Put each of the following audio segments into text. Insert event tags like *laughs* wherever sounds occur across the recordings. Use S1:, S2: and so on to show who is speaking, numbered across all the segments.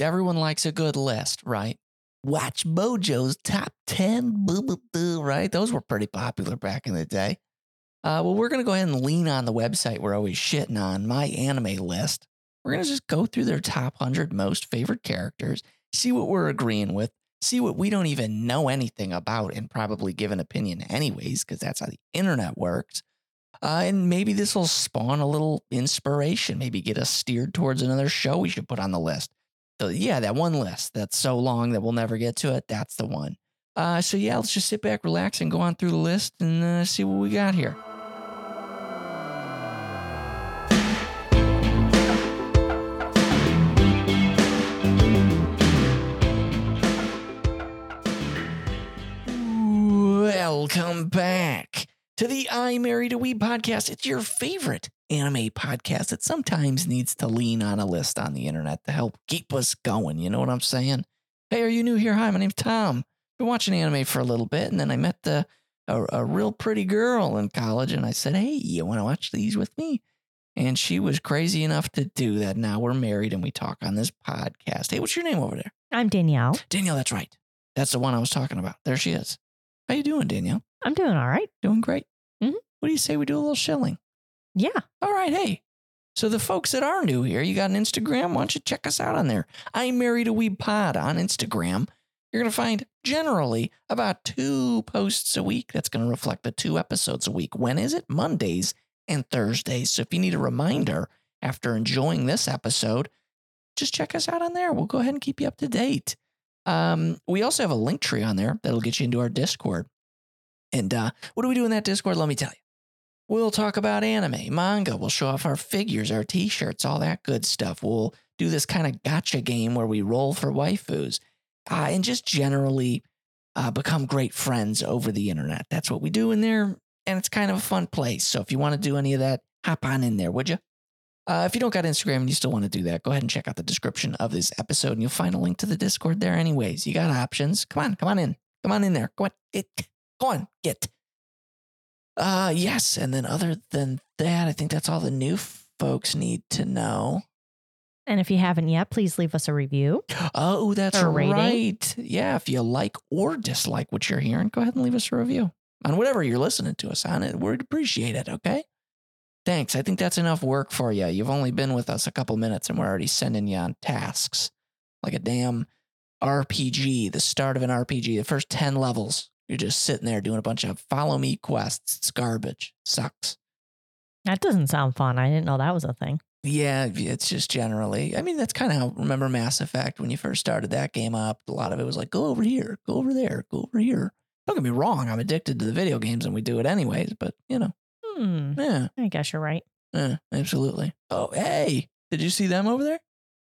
S1: Everyone likes a good list, right? Watch Mojo's top 10, boo, boo, boo, right? Those were pretty popular back in the day. Uh, well, we're going to go ahead and lean on the website we're always shitting on, my anime list. We're going to just go through their top 100 most favorite characters, see what we're agreeing with, see what we don't even know anything about, and probably give an opinion anyways, because that's how the internet works. Uh, and maybe this will spawn a little inspiration, maybe get us steered towards another show we should put on the list. So, yeah, that one list that's so long that we'll never get to it, that's the one. Uh, so, yeah, let's just sit back, relax, and go on through the list and uh, see what we got here. Welcome back to the I Married a Weeb podcast. It's your favorite anime podcast that sometimes needs to lean on a list on the internet to help keep us going. You know what I'm saying? Hey, are you new here? Hi, my name's Tom. Been watching anime for a little bit, and then I met the a, a real pretty girl in college, and I said, "Hey, you want to watch these with me?" And she was crazy enough to do that. Now we're married, and we talk on this podcast. Hey, what's your name over there?
S2: I'm Danielle.
S1: Danielle. That's right. That's the one I was talking about. There she is. How you doing, Danielle?
S2: I'm doing all right.
S1: Doing great.
S2: Mhm.
S1: What do you say we do a little shilling?
S2: Yeah.
S1: All right, hey. So the folks that are new here, you got an Instagram? Why don't you check us out on there? I married a weeb pod on Instagram. You're gonna find generally about two posts a week. That's gonna reflect the two episodes a week. When is it? Mondays and Thursdays. So if you need a reminder after enjoying this episode, just check us out on there. We'll go ahead and keep you up to date. Um, we also have a link tree on there that'll get you into our Discord. And uh, what do we do in that Discord? Let me tell you. We'll talk about anime, manga. We'll show off our figures, our t shirts, all that good stuff. We'll do this kind of gotcha game where we roll for waifus uh, and just generally uh, become great friends over the internet. That's what we do in there. And it's kind of a fun place. So if you want to do any of that, hop on in there, would you? Uh, if you don't got Instagram and you still want to do that, go ahead and check out the description of this episode and you'll find a link to the Discord there, anyways. You got options. Come on, come on in. Come on in there. Go on, get, go on, get. Uh, yes. And then, other than that, I think that's all the new folks need to know.
S2: And if you haven't yet, please leave us a review.
S1: Oh, that's
S2: Or a rating.
S1: right. Yeah. If you like or dislike what you're hearing, go ahead and leave us a review on whatever you're listening to us on. It we'd appreciate it. Okay. Thanks. I think that's enough work for you. You've only been with us a couple minutes, and we're already sending you on tasks like a damn RPG. The start of an RPG. The first ten levels, you're just sitting there doing a bunch of follow me quests. It's garbage. Sucks.
S2: That doesn't sound fun. I didn't know that was a thing.
S1: Yeah, it's just generally. I mean, that's kind of how. Remember Mass Effect when you first started that game up? A lot of it was like, go over here, go over there, go over here. Don't get me wrong, I'm addicted to the video games, and we do it anyways. But you know,
S2: Hmm.
S1: yeah,
S2: I guess you're right.
S1: yeah, absolutely. Oh, hey, did you see them over there?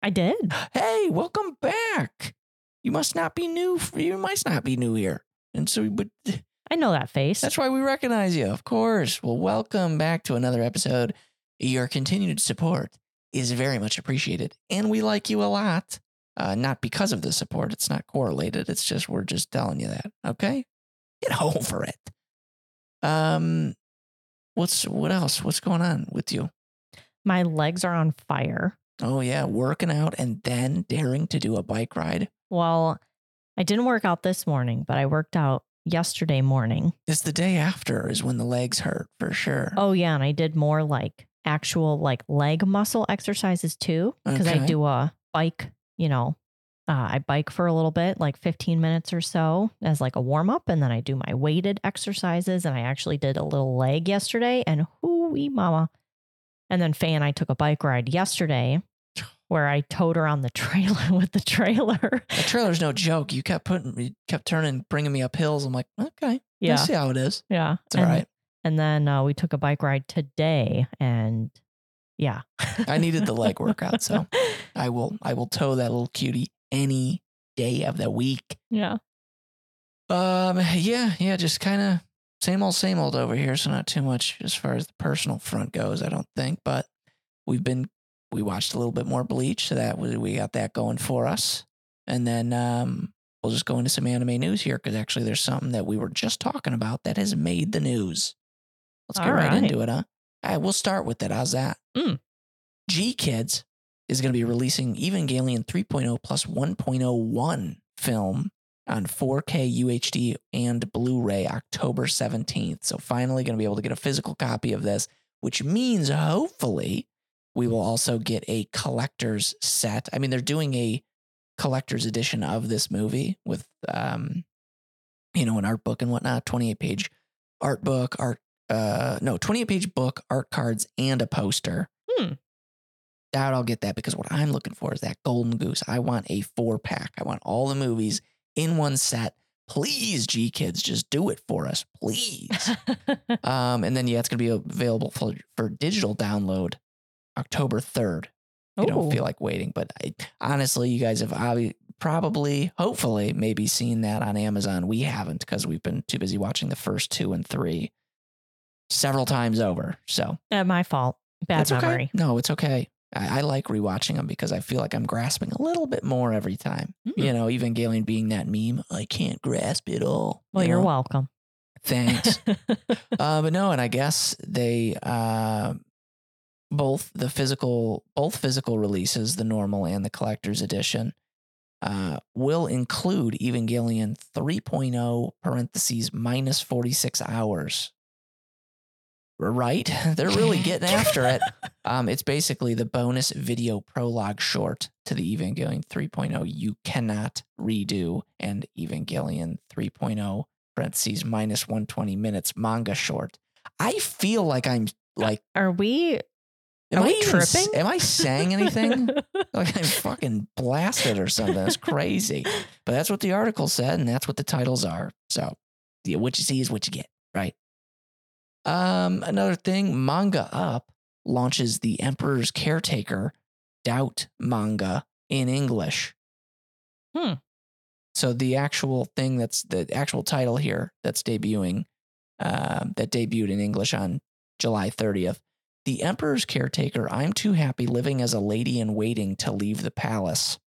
S2: I did.
S1: Hey, welcome back. You must not be new. f- You must not be new here. And so, but
S2: I know that face.
S1: That's why we recognize you, of course. Well, welcome back to another episode. Your continued support is very much appreciated, and we like you a lot. Uh, not because of the support; it's not correlated. It's just we're just telling you that. Okay, get *laughs* over it. Um, what's what else? What's going on with you?
S2: My legs are on fire.
S1: Oh yeah, working out and then daring to do a bike ride.
S2: Well, I didn't work out this morning, but I worked out yesterday morning.
S1: It's the day after is when the legs hurt for sure.
S2: Oh, yeah. And I did more like actual like leg muscle exercises too, because
S1: Okay.
S2: I do a bike, you know, uh, I bike for a little bit, like 15 minutes or so as like a warm up. And then I do my weighted exercises. And I actually did a little leg yesterday and hooey mama. And then Faye and I took a bike ride
S1: *sighs*
S2: yesterday where I towed her on the *laughs* trailer with the trailer.
S1: The trailer's no joke. You kept putting, you kept turning, bringing me up hills. I'm like, okay, I
S2: Yeah. Uh-huh.
S1: see how it is.
S2: Yeah.
S1: It's all
S2: and,
S1: right.
S2: And then uh, we took a bike ride today. And yeah.
S1: I needed the leg workout,
S2: *laughs*
S1: so I will, I will tow that little cutie any day of the week.
S2: yeah.
S1: Um, yeah, yeah, just kind of same old, same old over here. So not too much as far as the personal front goes, I don't think. But we've been, we watched a little bit more Bleach, so that we, we got that going for us. And then um, we'll just go into some anime news here because actually there's something that we were just talking about that has made the news. Let's get
S2: All
S1: right,
S2: right.
S1: into it, huh? All right, we'll start with it. How's that?
S2: Mm.
S1: G Kids is going to be releasing Evangelion 3.0 plus 1.01 film on 4K UHD and Blu ray October 17th. So, finally, going to be able to get a physical copy of this, which means hopefully we will also get a collector's set. I mean, they're doing a collector's edition of this movie with, um, you know, an art book and whatnot, 28 page art book, art, uh, no, 28 page book, art cards, and a poster.
S2: Hmm.
S1: Doubt I'll get that because what I'm looking for is that golden goose. I want a four pack. I want all the movies in one set. Please, G Kids, just do it for us, please. um, and then, yeah, it's going to be available for, for digital download October 3rd. I don't
S2: Ooh.
S1: feel like waiting, but I, honestly, you guys have obvi- probably, hopefully, maybe seen that on Amazon. We haven't because we've been too busy watching the first two and three several times over. So
S2: Uh, my fault. Bad
S1: that's
S2: memory.
S1: okay. No, it's okay. I, I like rewatching them because I feel like I'm grasping a little bit more every time.
S2: Mm.
S1: You know, Evangelion being that meme, I can't grasp it all.
S2: Well,
S1: you
S2: you're
S1: know?
S2: welcome.
S1: Thanks
S2: *laughs*
S1: uh, but no, and I guess they uh, both the physical both physical releases, the normal and the collector's edition, uh, will include Evangelion oh. 3.0 parentheses minus 46 hours. Right? *laughs* They're really getting after it. Um, it's basically the bonus video prologue short to the Evangelion 3.0 you cannot redo and Evangelion 3.0 parentheses minus 120 minutes manga short. I feel like I'm like,
S2: Are we
S1: am
S2: Are
S1: I
S2: we
S1: even s-
S2: tripping?
S1: Am I saying anything? *laughs* like I'm fucking blasted or something. It's crazy. But that's what the article said, and that's what the titles are. So, yeah, what you see is what you get, right? Um, another thing, Manga Up launches the Emperor's Caretaker Doubt manga in English.
S2: Hmm.
S1: So the actual thing that's the actual title here that's debuting, um, that debuted in English on July 30th. The Emperor's Caretaker, I'm too happy living as a lady in waiting to leave the palace.
S2: *laughs*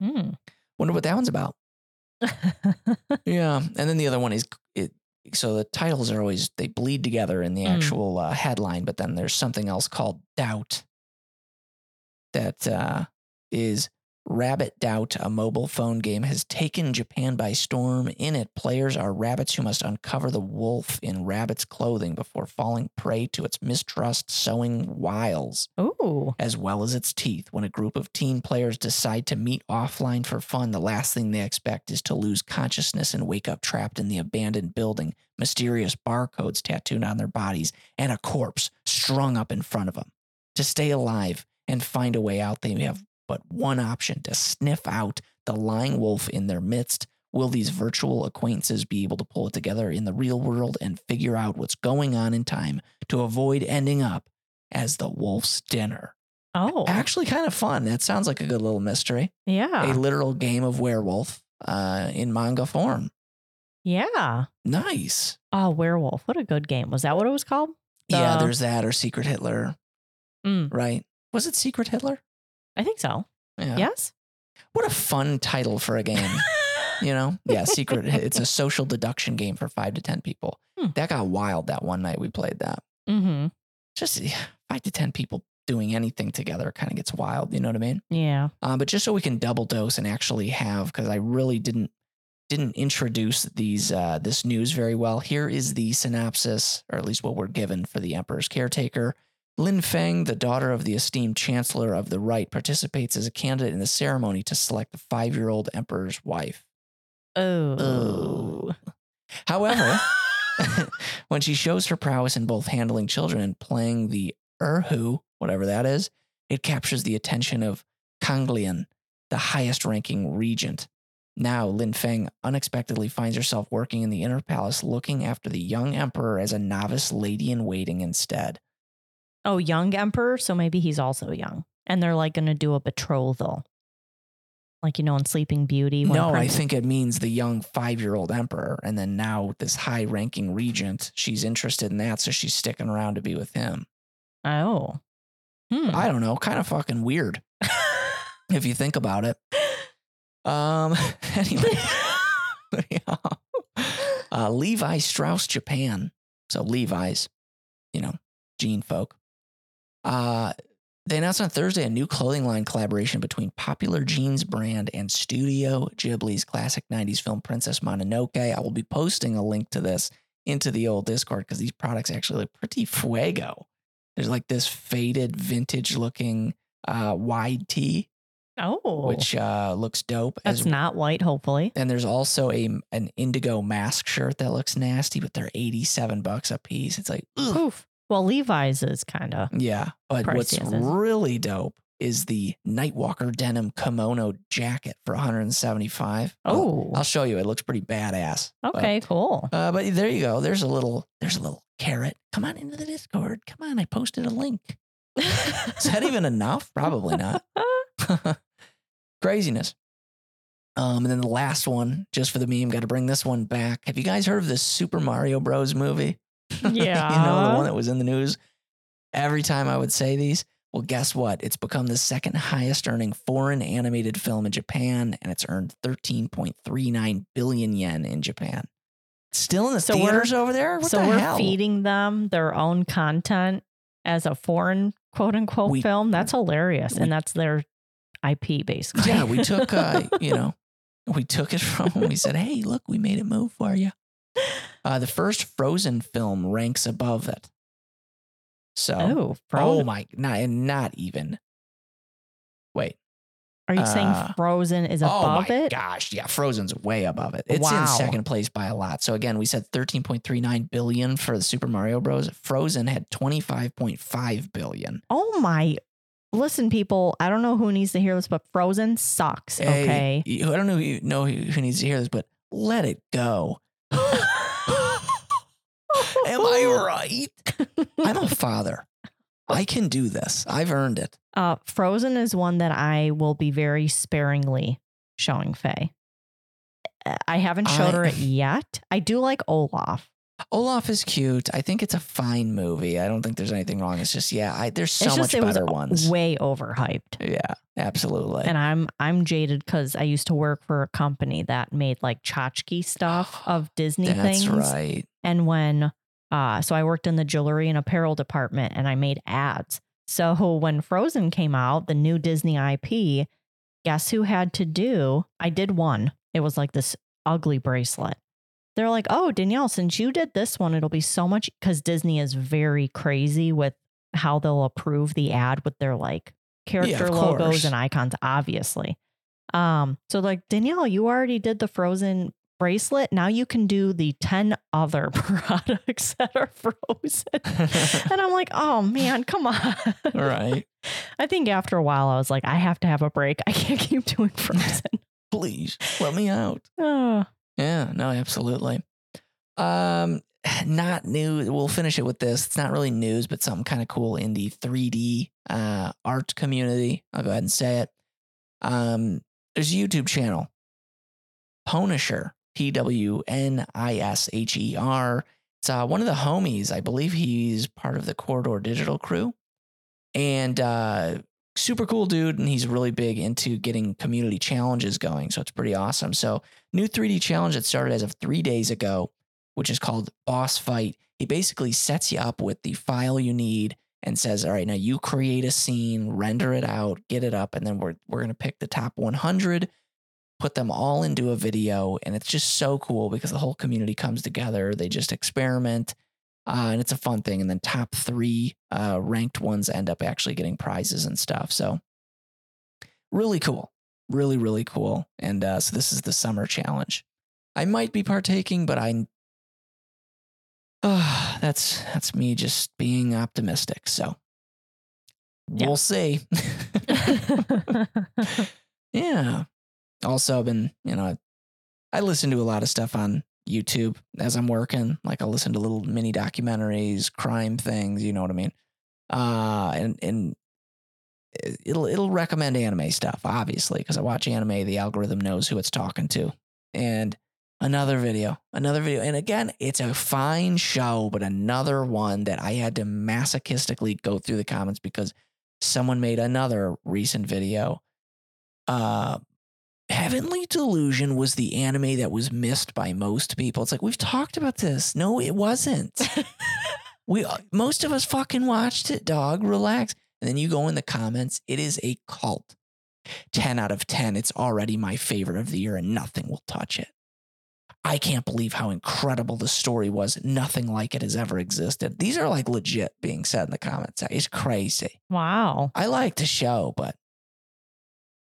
S2: Hmm. *laughs*
S1: Wonder what that one's about. Yeah, and then the other one is it. So the titles are always they bleed together in the
S2: Mm.
S1: actual uh, headline, but then there's something else called doubt that uh, is Rabbit Doubt, a mobile phone game, has taken Japan by storm. In it, players are rabbits who must uncover the wolf in rabbit's clothing before falling prey to its mistrust, sowing wiles
S2: Ooh. Oh.
S1: actually kind of fun. That sounds like a good little mystery. A
S2: yeah.
S1: literal game of werewolf uh, in manga form.
S2: yeah.
S1: Nice.
S2: Oh, werewolf. What a good game. Was that what it was called?
S1: yeah,
S2: Uh,
S1: there's that or Secret Hitler,
S2: Mm,
S1: right? Was it Secret Hitler?
S2: I think so.
S1: Yeah.
S2: Yes.
S1: What a fun title for a game. you know? Yeah, Secret.
S2: *laughs*
S1: it's a social deduction game for five to 10 people.
S2: Hmm.
S1: That got wild that one night we played that.
S2: mm-hmm.
S1: Just yeah, five to 10 people doing anything together kind of gets wild. You know what I mean?
S2: Yeah.
S1: uh, but just so we can double dose and actually have because i really didn't didn't introduce these uh, this news very well here is the synopsis or at least what we're given for the emperor's caretaker lin feng the daughter of the esteemed chancellor of the right participates as a candidate in the ceremony to select the five-year-old emperor's wife
S2: Oh. *laughs*
S1: however *laughs* when she shows her prowess in both handling children and playing the erhu, whatever that is, it captures the attention of Kanglian, the highest ranking regent. Now, Lin Feng unexpectedly finds herself working in the inner palace looking after the young emperor as a novice lady in waiting instead.
S2: oh, young emperor. So maybe he's also young, and they're like going to do a betrothal, like you know in Sleeping Beauty. When
S1: no, I
S2: Prince-
S1: think it means the young five year old emperor. And then now, this high ranking regent, she's interested in that, so she's sticking around to be with him.
S2: Oh. Hmm.
S1: I don't know, kind of fucking weird if you think about it. Um, *laughs* anyway, yeah. uh, Levi Strauss, Japan. So Levi's, you know, gene folk. Uh, They announced on Thursday a new clothing line collaboration between popular jeans brand and Studio Ghibli's classic 90s film Princess Mononoke. I will be posting a link to this into the old Discord because these products actually look pretty fuego. There's like this faded vintage looking uh, wide tee,
S2: Oh,
S1: which uh, looks dope.
S2: that's not white, hopefully.
S1: and there's also a an indigo mask shirt that looks nasty, but they're 87 bucks a piece. It's like, ugh.
S2: Poof. Well, Levi's is kind of.
S1: Yeah, but
S2: Pricey
S1: what's
S2: as is.
S1: really dope is the Nightwalker denim kimono jacket for 175. I'll-
S2: Oh,
S1: I'll show you. It looks pretty badass. But,
S2: okay, cool.
S1: uh, but there you go. There's a little. There's a little carrot. Come on into the Discord. Come on. I posted a link.
S2: *laughs*
S1: Is that even enough? Probably not. Craziness. Um, and then the last one, just for the meme, got to bring this one back. Have you guys heard of this Super Mario Bros. movie?
S2: yeah.
S1: *laughs* you know, the one that was in the news every time I would say these. Well, guess what? It's become the second highest earning foreign animated film in Japan, and it's earned 13.39 billion yen in Japan. Still in the
S2: So we're-
S1: theaters over there? What
S2: so
S1: the
S2: we're
S1: hell?
S2: feeding them their own content as a foreign quote unquote
S1: We-
S2: film. That's hilarious.
S1: we-
S2: and that's their IP basically.
S1: *laughs* Yeah,
S2: *laughs*
S1: we took, uh, you know, we took it from them. We said, hey, look, we made it move for you. Uh, the first Frozen film ranks above it. So,
S2: oh,
S1: oh
S2: Frozen.
S1: my, not, and not even. Wait,
S2: Are you
S1: uh,
S2: saying Frozen is above
S1: oh my
S2: it?
S1: gosh, yeah, Frozen's way above it. It's
S2: Wow.
S1: in second place by a lot. So again, we said 13.39 billion for the Super Mario Bros. Frozen had 25.5 billion.
S2: Oh my. Listen, people, I don't know who needs to hear this, but Frozen sucks.
S1: Hey,
S2: Okay.
S1: you- I don't know, you know who who needs to hear this, but let it go. Am I right? *laughs* I'm a father. I can do this. I've earned it.
S2: Uh, Frozen is one that I will be very sparingly showing Faye. Uh, I haven't showed
S1: I-
S2: her it yet. I do like Olaf.
S1: Olaf is cute. I think it's a fine movie. I don't think there's anything wrong. It's just yeah, I, there's so
S2: it's
S1: much
S2: just it was
S1: better ones.
S2: way overhyped.
S1: yeah, absolutely.
S2: And I'm I'm jaded because I used to work for a company that made like tchotchke stuff of Disney
S1: That's
S2: things.
S1: right. *laughs*
S2: And when, uh, so I worked in the jewelry and apparel department and I made ads. So when Frozen came out, the new Disney IP, guess who had to do? I did one. It was like this ugly bracelet. They're like, oh, Danielle, since you did this one, it'll be so much because Disney is very crazy with how they'll approve the ad with their like character
S1: of course.
S2: logos and icons, obviously. Um, so like Danielle, you already did the frozen bracelet. Now you can do the 10 other *laughs* products that are frozen. *laughs* and I'm like, oh man, come on. *laughs*
S1: right.
S2: I think after a while I was like, I have to have a break. I can't keep doing frozen.
S1: *laughs* please let me out.
S2: oh,
S1: Yeah, no, absolutely. Um, *sighs* not new. We'll finish it with this. It's not really news, but something kind of cool in the 3D uh, art community. I'll go ahead and say it. Um, there's a YouTube channel, Ponisher, P W N I S H E R. It's uh, one of the homies. I believe he's part of the Corridor Digital crew, and uh, super cool dude. And he's really big into getting community challenges going, so it's pretty awesome. So new 3D challenge that started as of three days ago, which is called Boss Fight. He basically sets you up with the file you need and says, "All right, now you create a scene, render it out, get it up, and then we're we're gonna pick the top 100, put them all into a video, and it's just so cool because the whole community comes together. They just experiment." Uh, and it's a fun thing. And then top three uh, ranked ones end up actually getting prizes and stuff. So, really cool really really cool and uh, so this is the summer challenge i might be partaking but i *sighs* Ah, that's that's me just being optimistic so
S2: Yeah.
S1: we'll see
S2: *laughs*
S1: *laughs* yeah also i've been you know i listen to a lot of stuff on youtube as i'm working like i listen to little mini documentaries crime things you know what i mean uh and and it'll it'll recommend anime stuff obviously because i watch anime the algorithm knows who it's talking to and another video another video and again it's a fine show but another one that i had to masochistically go through the comments because someone made another recent video uh Heavenly Delusion was the anime that was missed by most people. It's like we've talked about this. uh, No, it wasn't. we most of us fucking watched it, dog. Relax. And then you go in the comments. It is a cult. 10 out of 10. It's already my favorite of the year and nothing will touch it. I can't believe how incredible the story was. Nothing like it has ever existed. These are like legit being said in the comments. It's crazy.
S2: *laughs* Wow.
S1: I like the show, but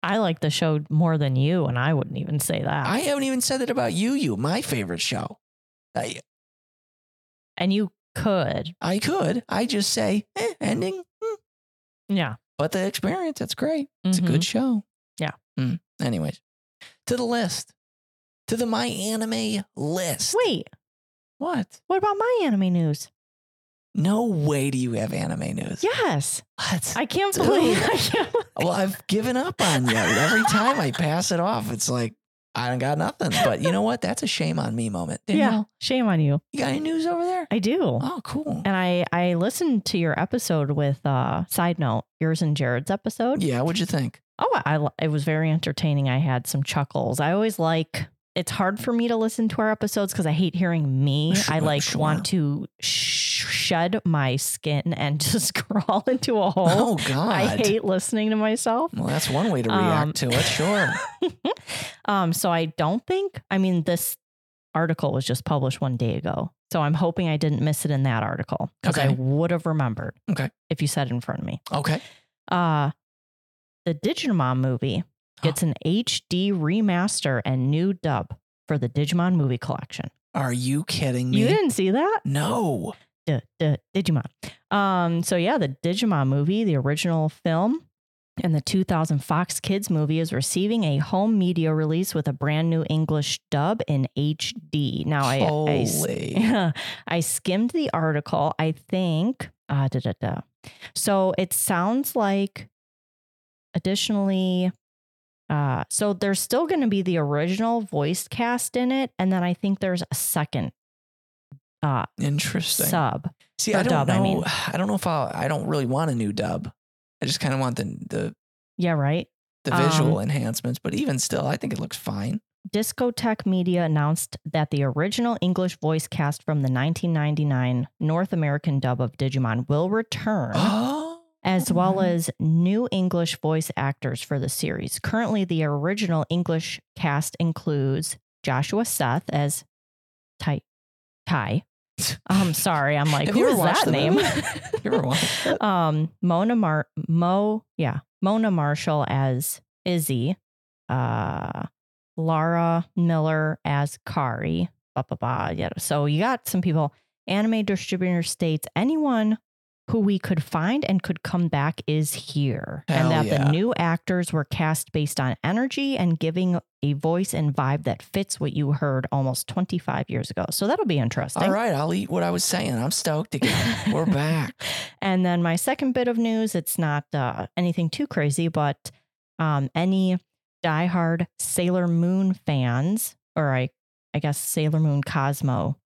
S2: I like the show more than you, and I wouldn't even say that.
S1: I haven't even said that about you, you, my favorite show. I,
S2: and you could.
S1: I could. I just say, eh, ending. hmm.
S2: Yeah.
S1: But the experience, it's great. It's
S2: Mhm.
S1: a good show.
S2: Yeah.
S1: Mm. Anyways, to the list, to the My Anime list.
S2: Wait,
S1: What?
S2: what about my anime news?
S1: No way do you have anime news.
S2: Yes.
S1: What? *laughs*
S2: I can't
S1: Dude.
S2: believe *laughs* I can't.
S1: well, I've given up on you. Every time I pass it off, it's like, I don't got nothing. But you know what? That's a shame on me moment. Danielle,
S2: Yeah. Shame on you.
S1: you got any news over there?
S2: I do.
S1: Oh, cool.
S2: And I I listened to your episode with uh side note, yours and Jared's episode.
S1: Yeah, what'd you think?
S2: Oh, I I- it was very entertaining. I had some chuckles. I always like it's hard for me to listen to our episodes because I hate hearing me. I
S1: Sure,
S2: like
S1: sure.
S2: want to sh- shed my skin and *laughs* just crawl into a hole.
S1: Oh, God.
S2: I hate listening to myself.
S1: well, that's one way to react
S2: Um,
S1: to it. Sure.
S2: *laughs* um, so I don't think, I mean, this article was just published one day ago. So I'm hoping I didn't miss it in that article because I
S1: Okay.
S2: would have remembered
S1: Okay.
S2: if you said it in front of me.
S1: Okay.
S2: Uh, the Digimon movie gets an HD remaster and new dub for the Digimon movie collection.
S1: Are you kidding me?
S2: You didn't see that?
S1: No.
S2: Duh, duh, Digimon. Um, so yeah, the Digimon movie, the original film, and the 2000 Fox Kids movie is receiving a home media release with a brand new English dub in HD. Now I, I s-
S1: Holy.
S2: *laughs* I skimmed the article. I think uh, da, da, da. so. It sounds like additionally. Uh, so there's still going to be the original voice cast in it, and then I think there's a second uh,
S1: Interesting.
S2: sub.
S1: See,
S2: or
S1: I don't
S2: dub,
S1: know. *sighs*
S2: I
S1: I,
S2: mean.
S1: don't know if I'll, I don't really want a new dub. I just kind of want the, the
S2: Yeah, right.
S1: the
S2: Um,
S1: visual enhancements, but even still, I think it looks fine.
S2: Discotech Media announced that the original English voice cast from the 1999 North American dub of Digimon will
S1: *gasps*
S2: return, *gasps*
S1: Oh,
S2: as well as new English voice actors for the series. Currently, the original English cast includes Joshua Seth as Ty. Ty.
S1: *laughs*
S2: I'm Um, sorry. I'm like,
S1: Have
S2: who
S1: you ever
S2: is
S1: watched
S2: that
S1: the *laughs*
S2: name?
S1: movie? You ever
S2: *laughs*
S1: watched it?
S2: um Mona Mar Mo yeah Mona Marshall as Izzy, uh Lara Miller as Kari. Blah blah blah. Yeah. So you got some people. Anime distributor states anyone who we could find and could come back is here,
S1: Hell
S2: and that
S1: yeah.
S2: the new actors were cast based on energy and giving a voice and vibe that fits what you heard almost 25 years ago. So that'll be interesting.
S1: All right, I'll eat what I was saying. I'm stoked
S2: *laughs*
S1: again. We're back.
S2: And then my second bit of news, it's not uh, anything too crazy, but um, any diehard Sailor Moon fans, or I, I guess Sailor Moon Cosmo,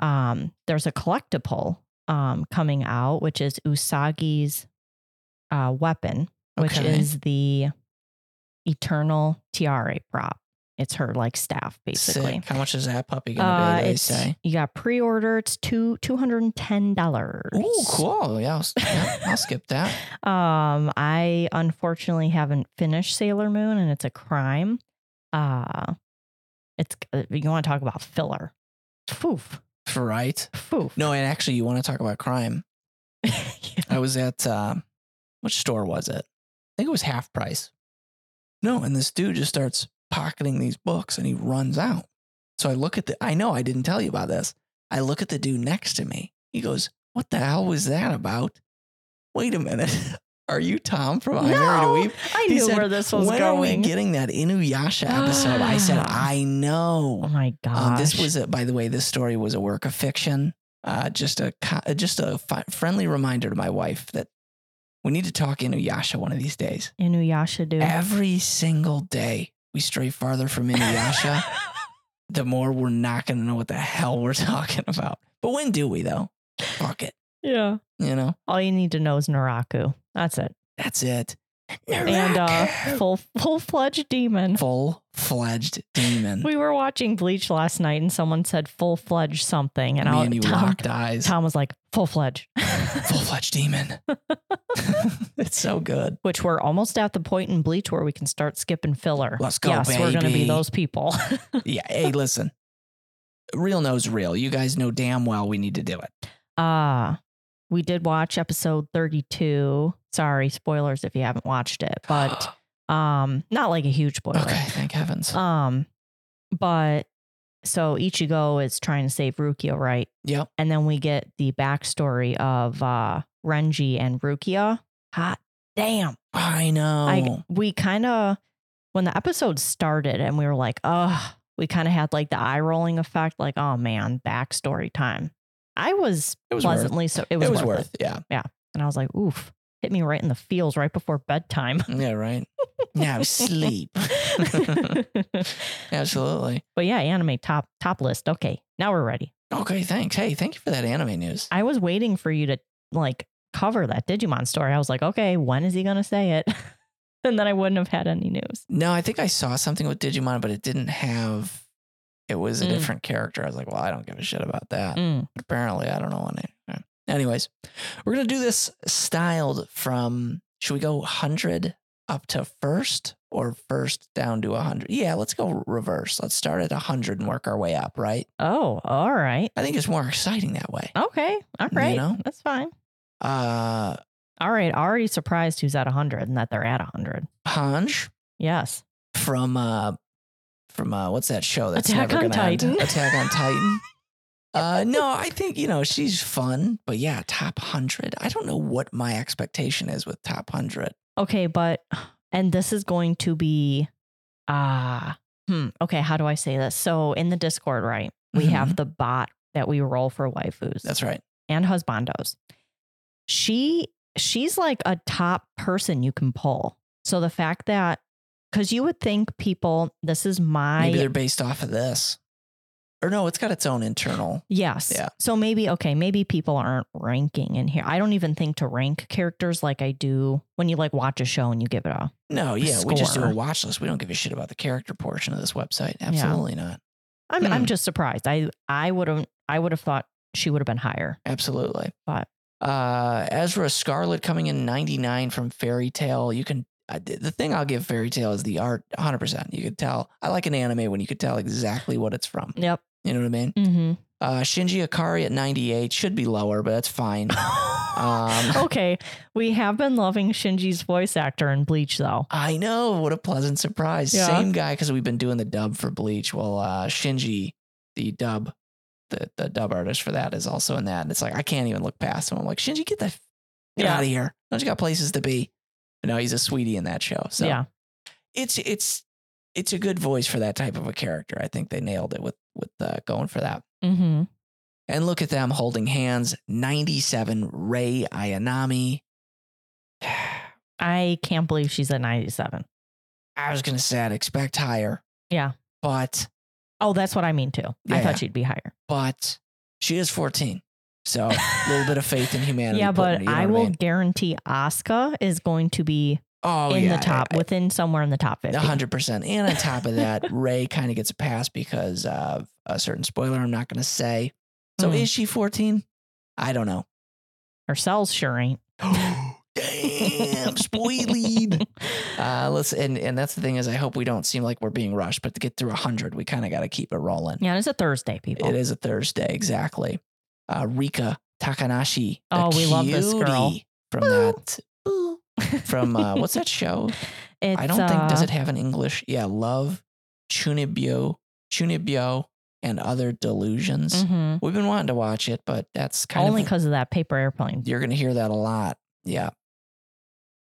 S2: um, there's a collectible um, coming out, which is Usagi's uh, weapon, which
S1: Okay.
S2: is the eternal tiara prop. It's her like staff, basically.
S1: Sick. How much is that puppy
S2: Uh,
S1: gonna be? eh? They
S2: it's,
S1: say.
S2: You got pre-order. It's two two hundred and ten dollars.
S1: Ooh, cool. Yeah, I'll, s- yeah, I'll skip
S2: *laughs*
S1: that.
S2: Um, I unfortunately haven't finished Sailor Moon, and it's a crime. Uh it's uh, you want to talk about filler? Foof,
S1: Right.
S2: foof. *laughs*
S1: No, and actually, you want to talk about crime?
S2: Oh.
S1: I was at um, which store was it? I think it was Half Price. No, and this dude just starts pocketing these books and he runs out. So I look at the. I know I didn't tell you about this. I look at the dude next to me. He goes, "What the hell was that about?" Wait a minute. *laughs* Are you Tom from I Married a
S2: No,
S1: Weeb?
S2: I
S1: He
S2: knew
S1: said,
S2: where this was
S1: when are
S2: going.
S1: we getting that Inuyasha episode? I said,
S2: *gasps* Ah.
S1: I
S2: oh
S1: know.
S2: my god!
S1: Um, this was, a, by the way, this story was a work of fiction. Uh, just a co- just a fi- friendly reminder to my wife that we need to talk Inuyasha one of these days.
S2: Inuyasha, dude.
S1: Every single day we stray farther from Inuyasha, the more we're not going to know what the hell we're *laughs* talking about. But when do we though? Fuck it,
S2: *laughs* yeah.
S1: you know.
S2: All you need to know is Naraku. That's it.
S1: That's it.
S2: and uh, full full fledged demon.
S1: full fledged demon.
S2: We were watching Bleach last night, and someone said full fledged something, and
S1: Me
S2: I
S1: and you
S2: Tom,
S1: locked eyes.
S2: Tom was like full fledged,
S1: Full fledged
S2: *laughs*
S1: demon. *laughs* it's so good.
S2: which we're almost at the point in Bleach where we can start skipping filler.
S1: Let's go,
S2: yes, we're gonna
S1: baby.
S2: be those people. *laughs*
S1: Yeah. Hey, listen. Real knows real. You guys know damn well we need to do it.
S2: Uh we did watch episode 32. Sorry, spoilers if you haven't watched it,
S1: *gasps*
S2: but um not like a huge spoiler.
S1: okay, thank heavens.
S2: Um but so Ichigo is trying to save Rukia, right?
S1: *gasps* yep.
S2: And then we get the backstory of uh Renji and Rukia. Hot damn.
S1: I know.
S2: I we kind of when the episode started and we were like, oh, we kind of had like the eye rolling effect, like, oh man, backstory time. I was,
S1: It was worth-
S2: pleasantly so it
S1: it
S2: was,
S1: was,
S2: worth,
S1: worth,
S2: it.
S1: yeah.
S2: And I was like, oof, hit me right in the feels right before bedtime. *laughs*
S1: Yeah, *laughs* right. now sleep.
S2: but
S1: Absolutely.
S2: yeah, anime top top list. Okay, now we're ready.
S1: Okay, thanks. Hey, thank you for that anime news.
S2: I was waiting for you to like cover that Digimon story. I was like, okay, when is he gonna say it? *laughs* and then I wouldn't have had any news.
S1: No, I think I saw something with Digimon, but it didn't have. It was a
S2: Mm.
S1: different character. I was like, well, I don't give a shit about that.
S2: Mm.
S1: But apparently, I don't know what it. Uh, Anyways, we're gonna do this styled from. Should we go hundred up to first or first down to hundred? Yeah, let's go reverse. Let's start at hundred and work our way up. Right?
S2: Oh, all right.
S1: I think it's more exciting that way.
S2: Okay. All
S1: You
S2: right.
S1: know?
S2: That's fine.
S1: Uh,
S2: All right. Already surprised who's at 100 and that they're at 100.
S1: Hanj
S2: Yes.
S1: from uh from uh what's that show that's
S2: Attack
S1: never
S2: on
S1: gonna
S2: Titan.
S1: end? Attack on
S2: *laughs*
S1: Titan. Uh no, I think you know she's fun, but yeah, top hundred. I don't know what my expectation is with top hundred.
S2: Okay. But, and this is going to be, ah, hmm. Okay. How do I say this? So in the Discord, right, we have the bot that we roll for waifus
S1: Mm-hmm. That's right.
S2: and husbandos. She, she's like a top person you can pull. So the fact that, because you would think people, this is my
S1: Maybe they're based off of this, or no, it's got its own internal.
S2: Yes.
S1: Yeah.
S2: So maybe okay, maybe people aren't ranking in here. I don't even think to rank characters like I do when you like watch a show and you give it a.
S1: No, yeah, we just do a
S2: Score.
S1: watch list. We don't give a shit about the character portion of this website. Absolutely not.
S2: I'm
S1: Hmm.
S2: I'm just surprised. I I would have I would have thought she would have been higher.
S1: Absolutely.
S2: But-
S1: uh, Ezra Scarlet coming in 99 from Fairy Tale. You can, I did- the thing I'll give Fairy Tale is the art 100%. You could tell. I like an anime when you could tell exactly what it's from.
S2: Yep.
S1: You know what I mean?
S2: hmm
S1: Uh, Shinji Akari at 98 should be lower, but that's *laughs* fine. *laughs* Um,
S2: okay. We have been loving Shinji's voice actor in Bleach though.
S1: I know. What a pleasant surprise.
S2: Yeah.
S1: Same guy because we've been doing the dub for Bleach. Well, uh, Shinji, the dub, the, the dub artist for that is also in that. And it's like, I can't even look past him. I'm like, Shinji, get the f- get
S2: Yeah.
S1: out of here. Don't you got places to be? But no, he's a sweetie in that show. So
S2: Yeah.
S1: it's it's it's a good voice for that type of a character. I think they nailed it with with uh, going for that.
S2: Mm-hmm.
S1: And look at them holding hands. Ninety seven Ray Ayanami.
S2: I can't believe she's at 97.
S1: I was gonna say I'd expect higher.
S2: Yeah.
S1: But
S2: Oh, that's what I mean too. I
S1: Yeah,
S2: thought
S1: yeah.
S2: she'd be higher.
S1: but she is fourteen. So a little bit of faith in humanity.
S2: yeah,
S1: put
S2: but
S1: into, you know
S2: I
S1: what
S2: will
S1: mean?
S2: guarantee Asuka is going to be
S1: oh,
S2: in
S1: yeah,
S2: the top, within somewhere in the top 50.
S1: A hundred percent. And on top of that, Ray kind of gets a pass because of a certain spoiler I'm not going to say. So
S2: Mm.
S1: is she 14? I don't
S2: *gasps*
S1: know.
S2: Her cells sure ain't. *laughs*
S1: Damn, spoiled. Uh, let's and and that's the thing is I hope we don't seem like we're being rushed, but to get through hundred, we kind of got to keep it rolling.
S2: yeah, it's a Thursday, people. *laughs*
S1: It is a Thursday, exactly. Uh, Rika Takanashi. the
S2: Oh, we love this girl.
S1: cutie from that. From uh, what's that show?
S2: It's,
S1: I don't think does
S2: uh,
S1: it have an English? Yeah, love, Chunibyo, Chunibyo, and other delusions.
S2: mhm.
S1: We've been wanting to watch it, but that's kind
S2: Only
S1: of
S2: because of that paper airplane.
S1: you're going to hear that a lot. Yeah.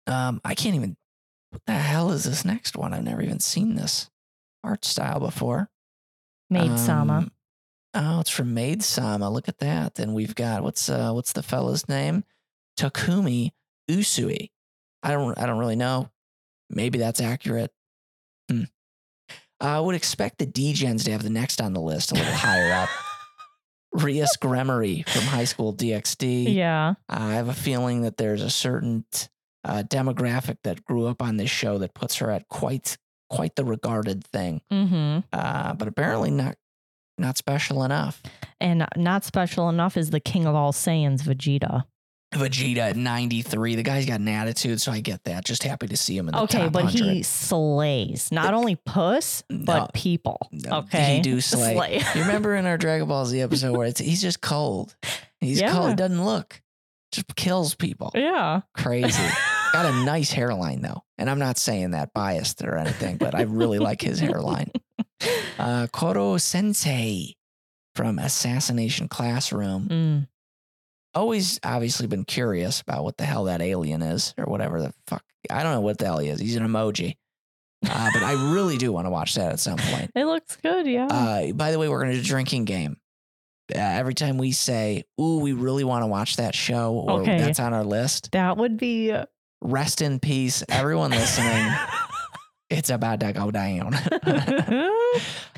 S1: Um, I can't even. What the hell is this next one? I've never even seen this art style before.
S2: Maid Sama.
S1: Um, Oh, it's from Maid Sama. Look at that. And we've got what's uh what's the fella's name? Takumi Usui. I don't I don't really know. Maybe that's accurate. Hmm. I would expect the D-Gens to have the next on the list a little higher up. Rias Gremery from High School DxD.
S2: *laughs* Yeah.
S1: I have a feeling that there's a certain t- uh, demographic that grew up on this show that puts her at quite quite the regarded thing,
S2: Mm-hmm.
S1: uh, but apparently not not special enough.
S2: And not special enough is the king of all Saiyans, Vegeta.
S1: Vegeta at 93. The guy's got an attitude, so I get that. Just happy to see him in the
S2: Okay,
S1: top
S2: but
S1: 100.
S2: he slays not only puss but
S1: No.
S2: people.
S1: No,
S2: okay,
S1: he do slay.
S2: slay. *laughs*
S1: You remember in our Dragon Ball Z episode where it's he's just cold. He's
S2: Yeah.
S1: cold. He doesn't look. Just kills people.
S2: yeah. *laughs*
S1: Crazy. Got a nice hairline though, and I'm not saying that biased or anything, but I really like his
S2: *laughs*
S1: hairline. Uh, Koro Sensei from Assassination Classroom.
S2: Mm,
S1: Always obviously been curious about what the hell that alien is or whatever the fuck. I don't know what the hell he is. He's an emoji, uh, but I really do want to watch that at some
S2: *laughs*
S1: point.
S2: it looks good. Yeah.
S1: Uh, by the way, we're going to do a drinking game. Uh, every time we say, ooh, we really want to watch that show or
S2: Okay.
S1: that's on our list,
S2: that would be
S1: rest in peace. Everyone
S2: *laughs*
S1: listening, it's about to go down. *laughs*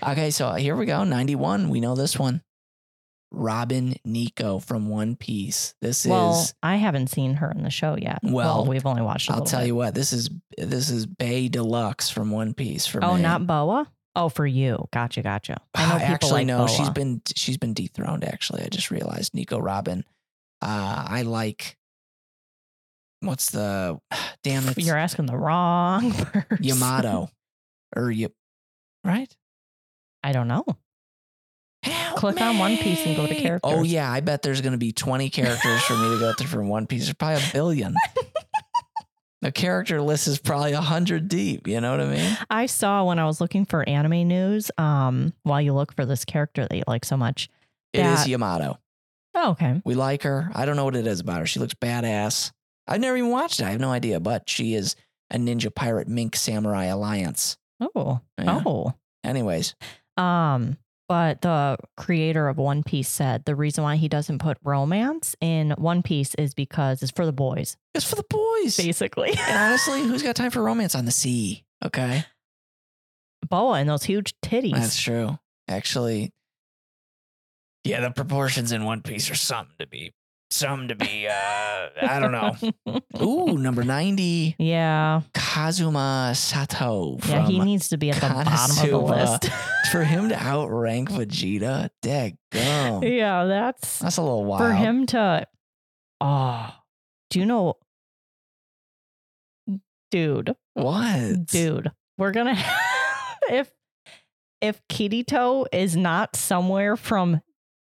S1: okay, so here we go. 91. We know this one. Robin Nico from One Piece. This
S2: well,
S1: is,
S2: I haven't seen her in the show yet.
S1: Well,
S2: we've only watched. i
S1: I'll tell you what, this is this is Bay Deluxe from One Piece for
S2: Oh,
S1: me.
S2: not Boa. Oh, for you. Gotcha, gotcha.
S1: *sighs*
S2: I know people
S1: actually
S2: like
S1: no.
S2: Boa.
S1: She's been she's been dethroned. Actually, I just realized Nico Robin. Uh, I like. What's the *sighs* damn it?
S2: You're asking the wrong *laughs* person.
S1: *laughs* Yamato, or you, right?
S2: I don't know.
S1: Help
S2: Click on One Piece and go to
S1: me.
S2: characters.
S1: Oh yeah, I bet there's going to be 20 characters for me to
S2: *laughs*
S1: go through from One Piece. There's probably a billion. the character list is probably a hundred deep. You know what I mean?
S2: I saw when I was looking for anime news. Um, while you look for this character that you like so much.
S1: It is
S2: That-
S1: Yamato.
S2: Oh, okay.
S1: We like her. I don't know what it is about her. She looks badass. I've never even watched it. I have no idea, but she is a ninja pirate mink samurai alliance.
S2: Oh,
S1: Yeah.
S2: oh.
S1: Anyways,
S2: Um, but the creator of One Piece said the reason why he doesn't put romance in One Piece is because it's for the boys,
S1: it's for the boys.
S2: basically.
S1: *laughs* And honestly, who's got time for romance on the sea? Okay.
S2: *laughs* Boa and those huge titties.
S1: That's true. Actually, yeah, the proportions in One Piece are something to be, something to be, uh, I don't
S2: *laughs*
S1: know. Ooh, number 90,
S2: yeah,
S1: Kazuma Sato. From, uh,
S2: yeah. He needs to be at the bottom of the
S1: Konosuba.
S2: list. *laughs*
S1: for him to outrank Vegeta, dag gum.
S2: yeah, that's
S1: That's a little wild.
S2: for him to. Oh, do you know, dude?
S1: What?
S2: dude we're gonna *laughs* if if kirito is not somewhere from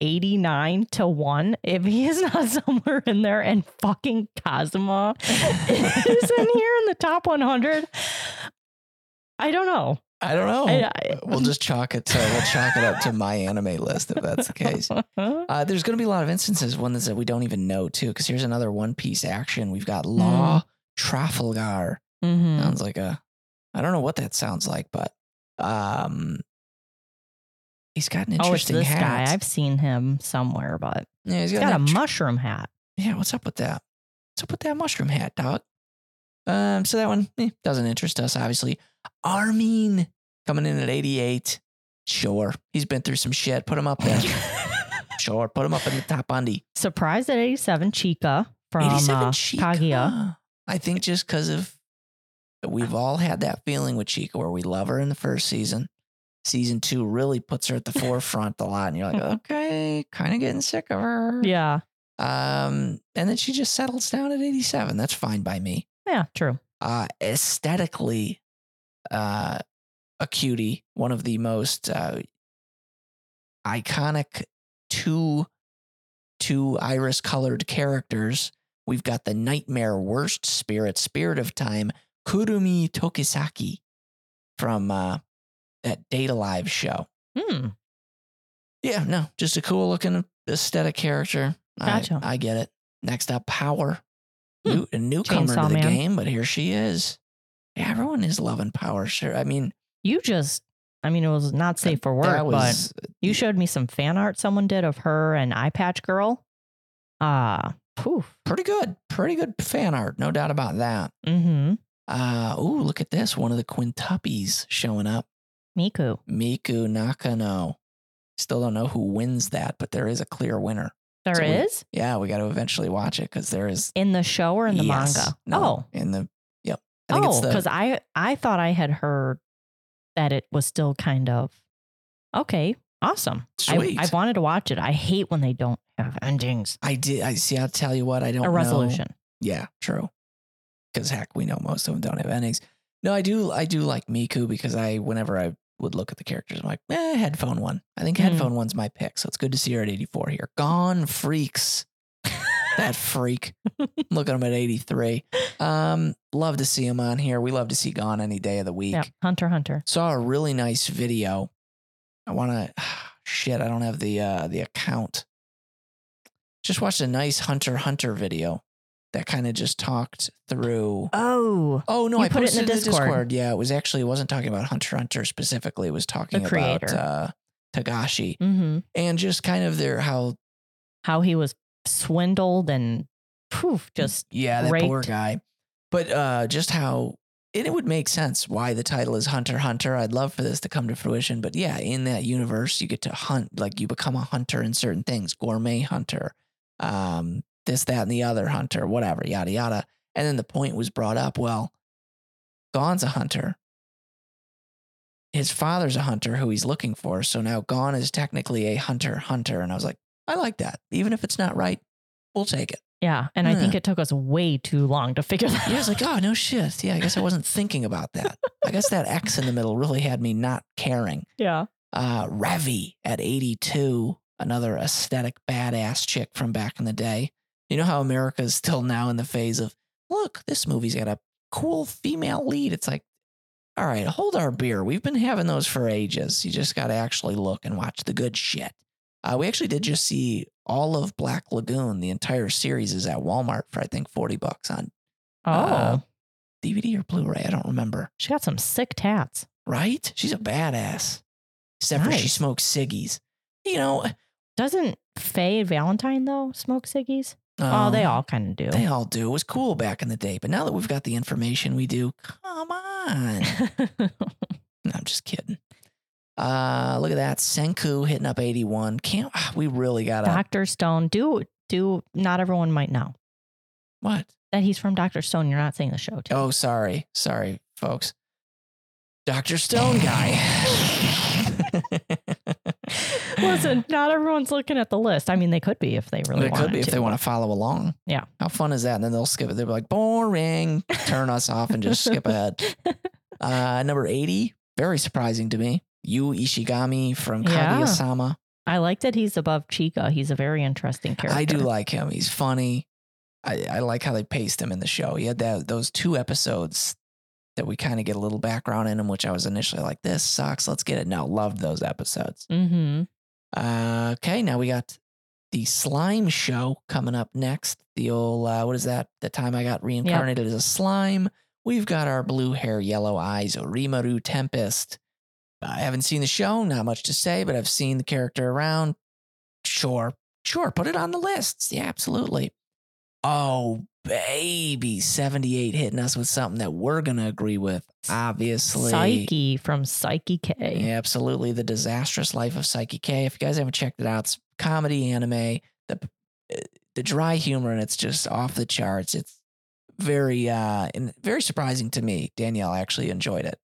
S2: 89 to 1 if he is *laughs* not somewhere in there and fucking kazuma
S1: *laughs*
S2: is in here in the top 100 i don't know
S1: I don't know. Uh,
S2: I- I-
S1: Oh, we'll just chalk it to we'll chalk it up to my anime list if that's the
S2: *laughs*
S1: case. Uh, there's going to be a lot of instances, one that's that we don't even know too, because here's another One Piece action. We've got
S2: Hmm.
S1: Law Trafalgar.
S2: Mhm.
S1: Sounds like a, I don't know what that sounds like, but um, he's got an
S2: oh it's
S1: interesting
S2: this
S1: hat.
S2: guy i've seen him somewhere but
S1: yeah,
S2: he's
S1: an
S2: got a
S1: int-
S2: mushroom hat
S1: yeah, what's up with that? What's up with that mushroom hat, dog? Um, so that one eh, doesn't interest us, obviously. Armin coming in at 88. Sure. He's been through some shit. Put him up
S2: *laughs*
S1: there. sure. Put him up in the top undy.
S2: surprised at 87 chica from
S1: 87
S2: uh,
S1: Chica.
S2: kaguya
S1: I think just because of we've all had that feeling with Chica where we love her in the first season. Season two really puts her at the forefront a lot, and you're like, okay, kind of getting sick of her.
S2: yeah
S1: Um, and then she just settles down at 87. That's fine by me.
S2: yeah true
S1: Uh, aesthetically, uh, a cutie, one of the most uh, iconic two two iris colored characters. We've got the nightmare worst spirit, spirit of time, Kurumi Tokisaki from uh, that Data Live show.
S2: hmm
S1: Yeah, no, just a cool looking aesthetic character. I-
S2: Gotcha.
S1: I, get it. Next up, Power.
S2: Hmm.
S1: New, a newcomer
S2: Chainsaw
S1: to the
S2: Man.
S1: game, but here she is. Yeah, everyone is loving Power. Sure. I mean, uh,
S2: You just, I mean, it was not safe for work,
S1: that was.
S2: but you showed me some fan art someone did of her and Eye Patch Girl. Ah, poof.
S1: Pretty good. Pretty good fan art. No doubt about that.
S2: Mm-hmm.
S1: Uh, ooh, look at this. One of the quintuppies showing up.
S2: Miku.
S1: Miku Nakano. Still don't know who wins that, but there is a clear winner.
S2: There is
S1: So we- Yeah, we got to eventually watch it because there is
S2: in the show or in the
S1: Yes.
S2: manga.
S1: No, in the yep. I
S2: oh,
S1: think
S2: oh,
S1: it's
S2: because
S1: the
S2: I I thought I had heard that it was still kind of okay. Awesome. I,
S1: Sweet.
S2: I wanted to watch it. I hate when they don't have endings.
S1: I did. I see. I'll tell you what. I don't
S2: A
S1: know.
S2: resolution.
S1: Yeah, true. Because heck, we know most of them don't have endings. No, I do. I do like Miku because I, whenever I would look at the characters, I'm like, eh, headphone one. I think
S2: Mm.
S1: headphone one's my pick. So it's good to see her at 84 here. Gone freaks.
S2: *laughs*
S1: that freak. Look at him at 83. Um, love to see him on here. We love to see Gone any day of the week.
S2: Yeah. Hunter x Hunter.
S1: Saw a really nice video. I want to. *sighs* Shit, I don't have the uh, the account. Just watched a nice Hunter x Hunter video that kind of just talked through.
S2: Oh,
S1: Oh no,
S2: You
S1: I
S2: put it in
S1: posted
S2: the Discord.
S1: Yeah, it was actually it wasn't talking about Hunter x Hunter specifically. It was talking about
S2: creator.
S1: uh, Tagashi
S2: mm-hmm.
S1: and just kind of their how
S2: how he was swindled and
S1: Mm.
S2: poof, just
S1: yeah that poor
S2: raked.
S1: guy, but uh, just how. And it would make sense why the title is Hunter x Hunter. I'd love for this to come to fruition, but yeah, in that universe, you get to hunt like you become a hunter in certain things, gourmet hunter, um, this, that, and the other hunter, whatever, yada yada. And then the point was brought up. Well, Gon's a hunter. His father's a hunter who he's looking for. So now Gon is technically a hunter hunter. And I was like, I like that. Even if it's not right, we'll take it.
S2: yeah. And I
S1: Yeah.
S2: think it took us way too long to figure that.
S1: Yeah, I was
S2: out.
S1: like, oh, no shit. Yeah, I guess I wasn't thinking about that. I guess that X in the middle really had me not caring.
S2: *laughs* yeah,
S1: Uh, Ravi at 82, another aesthetic badass chick from back in the day. You know how America is still now in the phase of, look, this movie's got a cool female lead. It's like, all right, hold our beer. We've been having those for ages. You just got to actually look and watch the good shit. Uh, we actually did just see all of Black Lagoon. The entire series is at Walmart for, I think, 40 bucks on
S2: Oh,
S1: Uh, DVD or Blu ray. I don't remember.
S2: she got some sick tats.
S1: Right? She's a badass. Except for she
S2: Nice.
S1: smokes ciggies. You know,
S2: Doesn't Faye Valentine though smoke ciggies? oh, they
S1: um,
S2: all kind of do. *laughs*
S1: They all do. It was cool back in the day, but now that we've got the information, we do. Come on. *laughs* No, I'm just kidding. Uh, look at that. Senku hitting up 81. Can't ah, we really got to
S2: Doctor Stone. Do do not everyone might know
S1: what?
S2: that he's from Doctor Stone. You're not saying the show. Too.
S1: Oh, sorry. Sorry, folks. Dr.
S2: *laughs*
S1: Stone guy. *laughs* Oh.
S2: Listen, not everyone's looking at the list. I mean, they could be if they really
S1: it could be if
S2: to. *laughs*
S1: they want to follow along.
S2: Yeah.
S1: How fun is that? And then they'll skip it. They'll be like, boring, turn us off and just
S2: *laughs*
S1: skip ahead. Uh, number 80, very surprising to me. Yu Ishigami from
S2: Yeah.
S1: Kaguya-sama.
S2: I like that he's above Chica. He's a very interesting character.
S1: I do like him. He's funny. I, I like how they paced him in the show. He had that, those two episodes that we kind of get a little background in him, which I was initially like, this sucks. Let's get it. No, loved those episodes.
S2: Mm-hmm.
S1: Uh, okay, now we got the slime show coming up next. The old uh, what is that? The time I got reincarnated as a slime. We've got our blue hair, yellow eyes, Orimaru Tempest. I haven't seen the show, not much to say, but I've seen the character around. Sure, sure, put it on the lists. Yeah, absolutely. Oh, baby, 78 hitting us with something that we're going to agree with, obviously.
S2: Psyche from Psyche K.
S1: Yeah, absolutely. The Disastrous Life of Psyche K. If you guys haven't checked it out, it's comedy anime. The uh, the dry humor and it's just off the charts. It's very uh and very surprising to me. Danielle actually enjoyed it.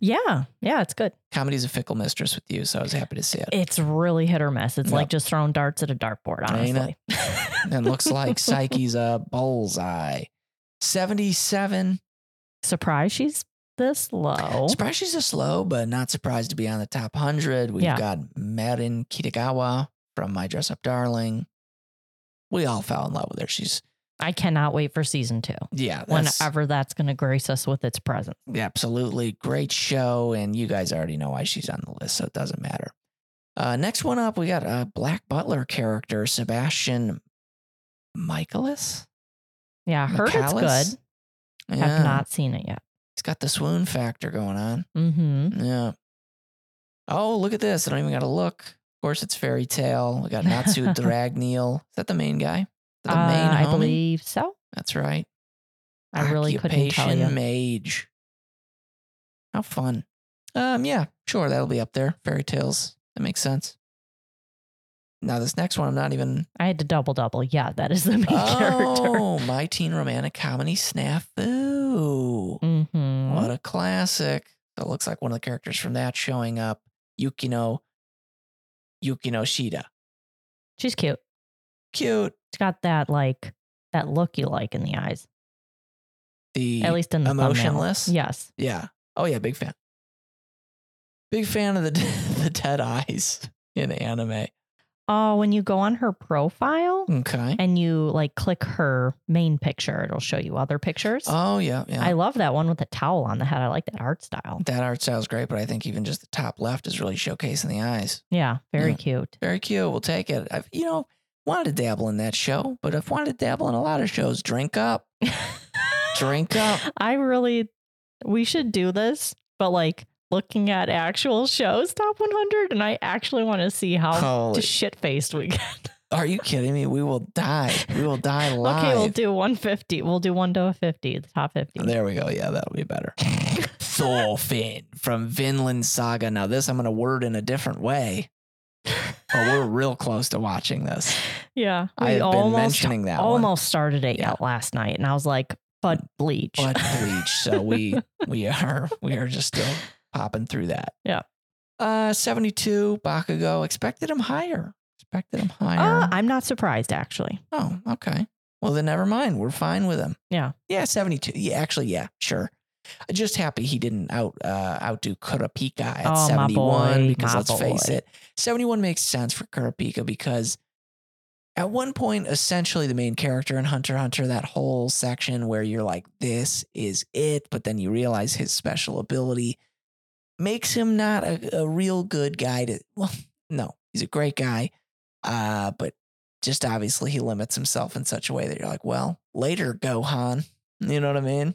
S2: Yeah, yeah, it's good.
S1: Comedy's a fickle mistress with you, so I was happy to see
S2: *laughs*
S1: it.
S2: It's really hit or miss. It's
S1: Yep.
S2: like just throwing darts at a dartboard,
S1: Ain't
S2: honestly.
S1: *laughs* and looks
S2: *laughs*
S1: like Psyche's a bullseye. 77.
S2: Surprised she's this low.
S1: Surprised she's a slow, but not surprised to be on the top 100. We've
S2: Yeah.
S1: got Marin Kitagawa from My Dress Up Darling. We all fell in love with her. She's
S2: I cannot wait for season two.
S1: Yeah, that's
S2: Whenever that's going to grace us with its presence.
S1: absolutely great show, and you guys already know why she's on the list, so it doesn't matter. Uh, next one up, we got a Black Butler character, Sebastian Michaelis.
S2: Yeah, heard it's
S1: Michaelis?
S2: good.
S1: Yeah,
S2: Have not seen it yet.
S1: he's got the swoon factor going on.
S2: Mm-hmm.
S1: Yeah. Oh, look at this! I don't even got to look. Of course, it's fairy tale. We got
S2: *laughs*
S1: Natsu Dragneel. Is that the main guy? The
S2: Uh,
S1: main
S2: I
S1: homie?
S2: believe so.
S1: That's right.
S2: I really couldn't tell
S1: Occupation
S2: you.
S1: Mage. How fun. Um, yeah, sure, that'll be up there. Fairy tales. That makes sense. Now this next one, I'm not even.
S2: I had to double double. Yeah, that is the *laughs* main character.
S1: Oh, my teen romantic comedy snafu.
S2: Mm-hmm.
S1: What a classic. That looks like one of the characters from that showing up. Yukino Yukino Shida.
S2: She's cute.
S1: Cute.
S2: She's got that like that look you like in the eyes,
S1: The
S2: at least in the thumbnail.
S1: emotionless.
S2: Yes.
S1: Yeah. Oh yeah, big fan. Big fan of the *laughs* the dead eyes in anime.
S2: Oh, when you go on her profile
S1: Okay.
S2: and you like click her main picture, it'll show you other pictures.
S1: Oh yeah, yeah.
S2: I love that one with the towel on the head. I like that art style.
S1: that art style's great, but I think even just the top left is really showcasing the eyes.
S2: Yeah, very
S1: Yeah.
S2: cute.
S1: Very cute. We'll take it. I've you know wanted to dabble in that show, but I've wanted to dabble in a lot of shows. Drink
S2: *laughs*
S1: up, drink up.
S2: I really, we should do this, but like looking at actual shows, top 100, and I actually want to see how
S1: Holy
S2: shit faced we get. *laughs*
S1: Are you kidding me? We will die. We will die live.
S2: Okay, we'll do 150. We'll do one to a 50, the top 50.
S1: There we go. Yeah, that'll be
S2: *laughs*
S1: better. Thorfinn from Vinland Saga. Now this I'm going to word in a different way. But we're real close to watching this.
S2: yeah,
S1: I have been mentioning that one.
S2: almost started it
S1: Yeah.
S2: yet last night, and I was like, but bleach.
S1: But
S2: *laughs*
S1: bleach. So we we are we are just still popping through that.
S2: Yeah.
S1: Uh, 72 Bakugo. Expected him higher. Expected him higher.
S2: Uh, I'm not surprised actually.
S1: Oh, okay. Well, then never mind. We're fine with him.
S2: Yeah.
S1: Yeah, 72. Yeah, actually, yeah, sure. I'm Just happy he didn't out uh, outdo Kurapika at
S2: Oh, my
S1: 71
S2: boy,
S1: because
S2: my
S1: let's face
S2: boy.
S1: it, 71 makes sense for Kurapika because at one point, essentially the main character in Hunter x Hunter, that whole section where you're like, this is it, but then you realize his special ability makes him not a, a real good guy to well, no, he's a great guy. Uh, but just obviously he limits himself in such a way that you're like, well, later, Gohan. You know what I mean?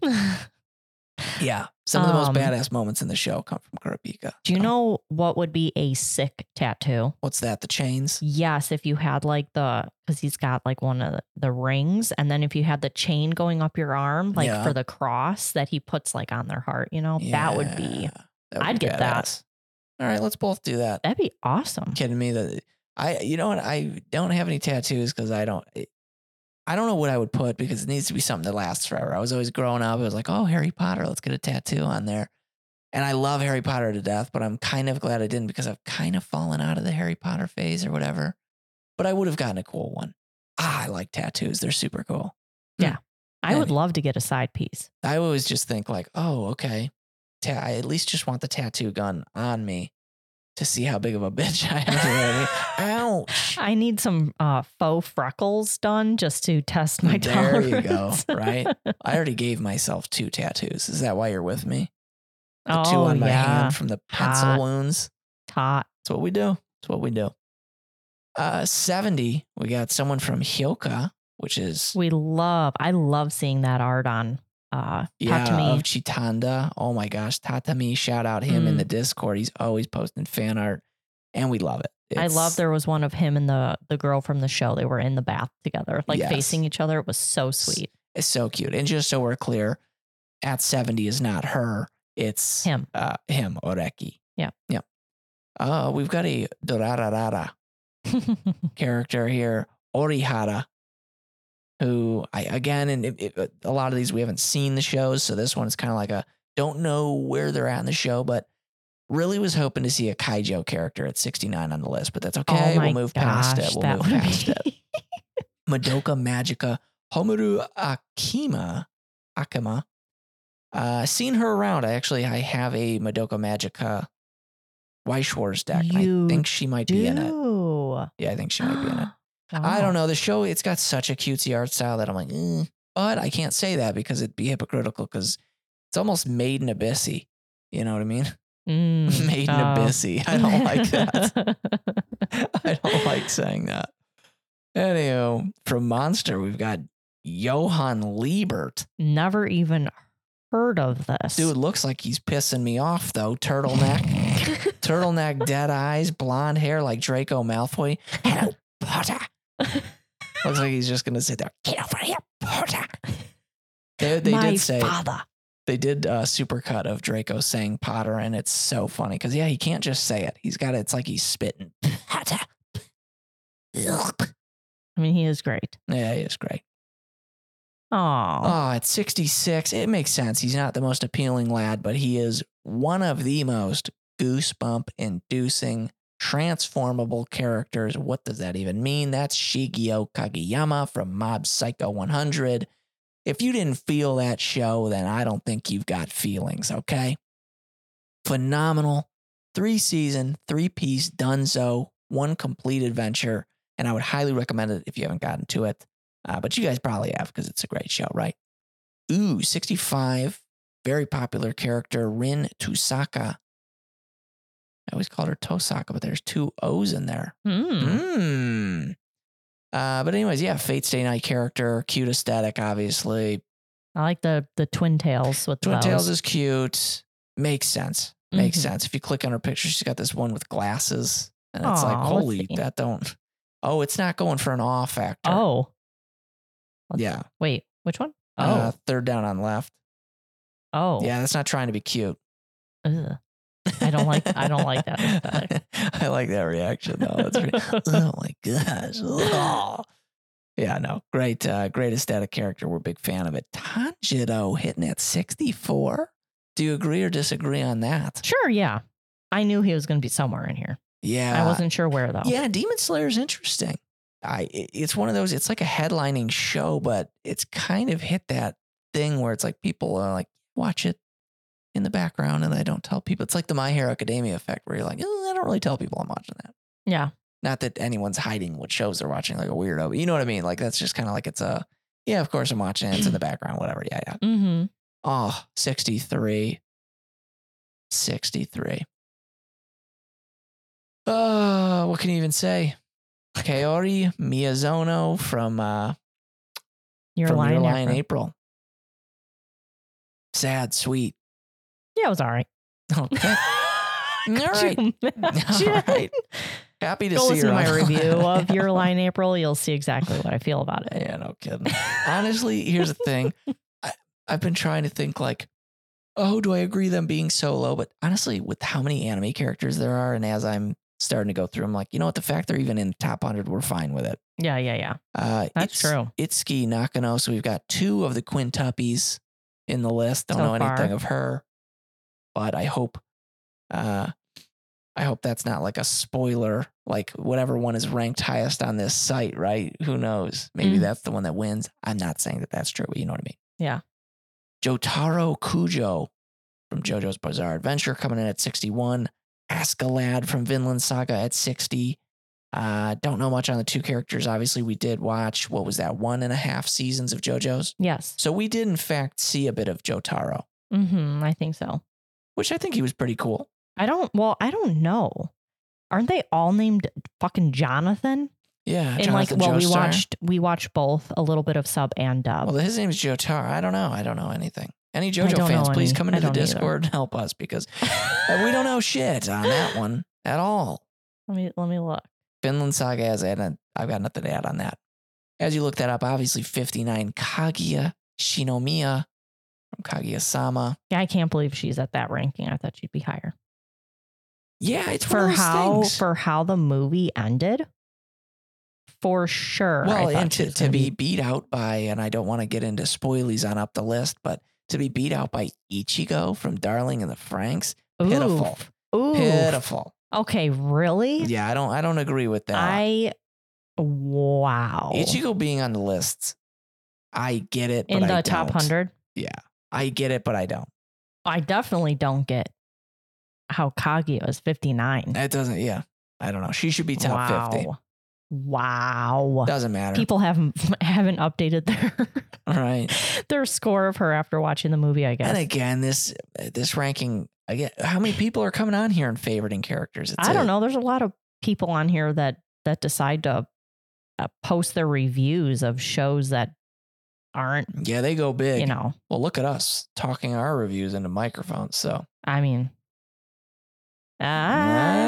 S1: Yeah. Some of the most
S2: Um,
S1: badass moments in the show come from Kurapika.
S2: Do you
S1: So,
S2: know what would be a sick tattoo?
S1: what's that? The chains?
S2: Yes, if you had like the because he's got like one of the, the rings, and then if you had the chain going up your arm, like
S1: Yeah.
S2: for the cross that he puts like on their heart, you know, that would be
S1: Yeah, that would
S2: I'd
S1: be
S2: get that.
S1: badass. All right, let's both do that.
S2: that'd be awesome.
S1: Kidding me that I you know what I don't have any tattoos because I don't eh, I don't know what I would put because it needs to be something that lasts forever. I was always growing up, I was like, oh Harry Potter, let's get a tattoo on there. And I love Harry Potter to death, but I'm kind of glad I didn't because I've kind of fallen out of the Harry Potter phase or whatever. But I would have gotten a cool one. Ah, I like tattoos. They're super cool.
S2: I would
S1: maybe.
S2: love to get a
S1: *laughs*
S2: side piece.
S1: I always just think like, oh, okay. Ta- I at least just want the tattoo gun on me to see how big of a *laughs* bitch I am. You
S2: *laughs*
S1: know what I mean? Ouch.
S2: I need some uh, faux freckles done just to test my
S1: There
S2: tolerance. *laughs*
S1: you go, right? I already gave myself two tattoos. Is that why you're with me? The two
S2: Oh,
S1: on my
S2: yeah.
S1: hand from the pencil
S2: Hot.
S1: wounds.
S2: Hot.
S1: It's what we do. It's what we do. Uh, 70, we got someone from Hyoka, which is
S2: We love. I love seeing that art on. Uh,
S1: yeah,
S2: Tatami.
S1: of Chitanda. Oh my gosh, Tatami, shout out him in
S2: Mm.
S1: the Discord. He's always posting fan art, and we love it.
S2: I
S1: It's-
S2: love there was one of him and the the girl from the show. They were in the bath together, like
S1: Yes.
S2: facing each other. It was so sweet. *laughs*
S1: It's so cute. And just so we're clear, at 70 is not her, it's him,
S2: Him.
S1: uh, him Oreki.
S2: Yeah.
S1: Yeah. Uh, we've got a Dorararara
S2: Oh
S1: character here, Orihara, who I, again, and it, it, a lot of these we haven't seen the shows. So this one's kind of like a don't know where they're at in the show, but really was hoping to see a Kaijo character at 69 on the list, but that's okay.
S2: oh my
S1: we'll move past it.
S2: gosh,
S1: We'll
S2: that
S1: move
S2: would
S1: past
S2: be- *laughs*
S1: it. Madoka Magica Homaru Akima Akima. Uh, seen her around. I actually I have a Madoka Magica Weishwars deck. and
S2: You
S1: I think she might be in it.
S2: Do. Oh.
S1: Yeah, I think she might be in it. I
S2: *gasps* Wow.
S1: don't know. The show it's got such a cutesy art style that I'm like, mm. but I can't say that because it'd be hypocritical because it's almost Maiden Abyssy. You know what I mean? *laughs*
S2: Mm,
S1: Maiden
S2: oh.
S1: Abyssy. I don't
S2: *laughs*
S1: like that. *laughs* I don't like saying that. Anywho, from Monster, we've got Johann Liebert.
S2: Never even heard of this.
S1: Dude, looks like he's pissing me off though.
S2: *laughs*
S1: Turtleneck, turtleneck, dead eyes, blonde hair like Draco Malfoy. Hello, Potter. Looks like he's just gonna sit there. Get over here, Potter. They, they
S2: my
S1: did say
S2: father.
S1: they did a supercut of Draco saying Potter, and it's so funny because yeah, he can't just say it. He's got it's like he's spitting Potter.
S2: I mean, he is great.
S1: Yeah, it's great.
S2: Oh,
S1: Oh, at 66, it makes sense. He's not the most appealing lad, but he is one of the most goosebump inducing transformable characters. What does that even mean? That's Shigeo Kageyama from Mob Psycho 100. If you didn't feel that show, then I don't think you've got feelings, okay? Phenomenal. Three season, three piece Dunzo, one complete adventure. And I would highly recommend it if you haven't gotten to it. Uh, but you guys probably have because it's a great show, right? Ooh, 65, very popular character, Rin Tosaka. I always called her Tosaka, but there's two O's in there.
S2: mm.
S1: Hmm. Uh, but anyways, yeah, Fate's Day Night character, cute aesthetic, obviously.
S2: I like the the twin tails with
S1: Twin
S2: those.
S1: Tails is cute. Makes sense. Makes
S2: Mhm.
S1: sense. If you click on her picture, she's got this one with glasses, and it's like,
S2: Aw, let's
S1: holy,
S2: see.
S1: that don't. Oh, it's not going for an awe factor.
S2: Oh, let's-
S1: yeah.
S2: Wait, which one? Oh,
S1: Uh, third down on left.
S2: oh,
S1: Yeah, that's not trying to be cute.
S2: Ugh. I don't like- I don't
S1: *laughs*
S2: like that aesthetic.
S1: I like that reaction though. That's
S2: *laughs*
S1: pretty, oh my gosh. Ugh. Yeah, no, great, uh, great aesthetic character. We're a big fan of it. Tanjiro hitting at sixty four. Do you agree or disagree on that?
S2: Sure, yeah. I knew he was going to be somewhere in here.
S1: Yeah,
S2: I wasn't sure where though.
S1: Yeah, Demon Slayer is interesting. I it- it's one of those. It's like a headlining show, but it's kind of hit that thing where it's like people are like watch it in the background, and I don't tell people. It's like the My Hero Academia effect, where you're like, "Eh, I don't really tell people I'm watching that.
S2: Yeah.
S1: Not that anyone's hiding what shows they're watching, like a weirdo. But you know what I mean? Like that's just kind of like it's a yeah, of course I'm watching. it. It's in the background, whatever. Yeah, yeah.
S2: Mm-hmm.
S1: Oh, 63. 63. Oh, what can you even say? Kaori Miyazono from uh
S2: You're
S1: from
S2: lying.
S1: Your
S2: there
S1: Lie in
S2: for-
S1: April. Sad,
S2: *laughs*
S1: sweet.
S2: Yeah, it was all right.
S1: Okay. All right.
S2: *laughs* All
S1: *laughs* All
S2: *laughs*
S1: right. Happy to
S2: Go
S1: see
S2: listen
S1: her
S2: to my
S1: on- *laughs*
S2: review of Your Line April. You'll see exactly what I feel about it.
S1: Yeah, no kidding. Honestly, here's the thing. I, I've been trying to think like, oh, do I agree them being so low? But honestly, with how many anime characters there are, and as I'm starting to go through, I'm like, you know what? The fact they're even in the top hundred, we're fine with it.
S2: Yeah, yeah, yeah.
S1: Uh,
S2: That's
S1: Its-
S2: true.
S1: Itsuki Nakano. So we've got two of the quintuppies in the list. Don't
S2: So
S1: know anything
S2: far.
S1: of her, but I hope, uh, I hope that's not like a spoiler. Like whatever one is ranked highest on this site, right? Who knows? Maybe
S2: Mm.
S1: that's the one that wins. I'm not saying that that's true, but you know what I mean.
S2: Yeah.
S1: Jotaro Kujo from JoJo's Bizarre Adventure coming in at 61. Askeladd from Vinland Saga at 60. Uh, don't know much on the two characters. Obviously, we did watch what was that one and a half seasons of JoJo's.
S2: Yes.
S1: So we did in fact see a bit of Jotaro,
S2: Mm-hmm. I think so.
S1: which I think he was pretty cool.
S2: I don't. Well, I don't know. Aren't they all named fucking Jonathan?
S1: Yeah,
S2: and like,
S1: Jonathan
S2: well, we
S1: Joestar.
S2: watched we watched both a little bit of sub and dub. *laughs*
S1: Well, his name is Jotaro. I don't know. I don't know anything. Any JoJo
S2: don't
S1: fans,
S2: know
S1: please
S2: any.
S1: come
S2: I
S1: into the
S2: don't either.
S1: Discord and help us because we don't know shit on that one at all.
S2: Let me let me look.
S1: Finland Saga has added. I've got nothing to add on that. As you look that up, obviously 59 Kaguya Shinomiya from Kaguya Sama.
S2: Yeah, I can't believe she's at that ranking. I thought she'd be higher.
S1: Yeah, it's one
S2: for
S1: of those
S2: how
S1: things.
S2: for how the movie ended. For sure. I
S1: well,
S2: thought
S1: and
S2: she
S1: to,
S2: was
S1: to
S2: gonna
S1: be beat out by, and I don't want to get into spoilies on up the list, but to be beat out by Ichigo from Darling and the Franks, pitiful.
S2: Oof. Oof.
S1: pitiful.
S2: Okay, really?
S1: Yeah, I don't, I don't agree with that.
S2: I wow.
S1: Ichigo being on the list, I get it.
S2: In
S1: but
S2: the
S1: I
S2: top
S1: don't.
S2: hundred.
S1: I get it, but I don't.
S2: I definitely don't get how Kaguya is fifty nine.
S1: That doesn't. Yeah, I don't know. She should be top
S2: wow.
S1: fifty.
S2: Wow.
S1: Doesn't matter.
S2: People haven't *laughs* haven't updated their *laughs*
S1: right.
S2: their score of her after watching the movie, I guess.
S1: And again, this this ranking again. How many people are coming on here and favoriting characters? It's
S2: I
S1: a-
S2: don't know. There's a lot of people on here that that decide to uh, post their reviews of shows that aren't,
S1: Yeah, they go big.
S2: you know.
S1: Well, look at us talking our reviews into microphones. So
S2: I mean,
S1: I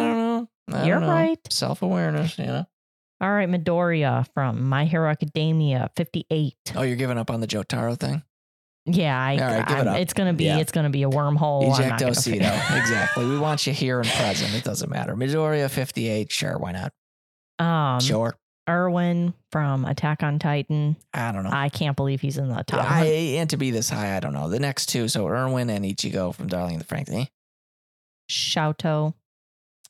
S1: don't
S2: ah,
S1: know. I
S2: you're
S1: don't know.
S2: right.
S1: Self awareness, you know.
S2: all right, Midoriya from My Hero Academia, 58.
S1: Oh, you're giving up on the Jotaro thing?
S2: Yeah, I,
S1: All right, give it
S2: I'm-
S1: up.
S2: it's gonna be
S1: Yeah.
S2: it's gonna be a wormhole. Oh, I'm
S1: Eject
S2: not gonna figure-
S1: Osito. exactly.
S2: *laughs*
S1: We want you here and present. It doesn't matter. Midoriya 58. Sure, why not?
S2: Um,
S1: sure.
S2: Irwin from Attack on Titan.
S1: I don't know.
S2: I can't believe he's in the top.
S1: I,
S2: 100.
S1: and to be this high, I don't know. The next two, so Irwin and Ichigo from Darling in the Franxx.
S2: Shouto,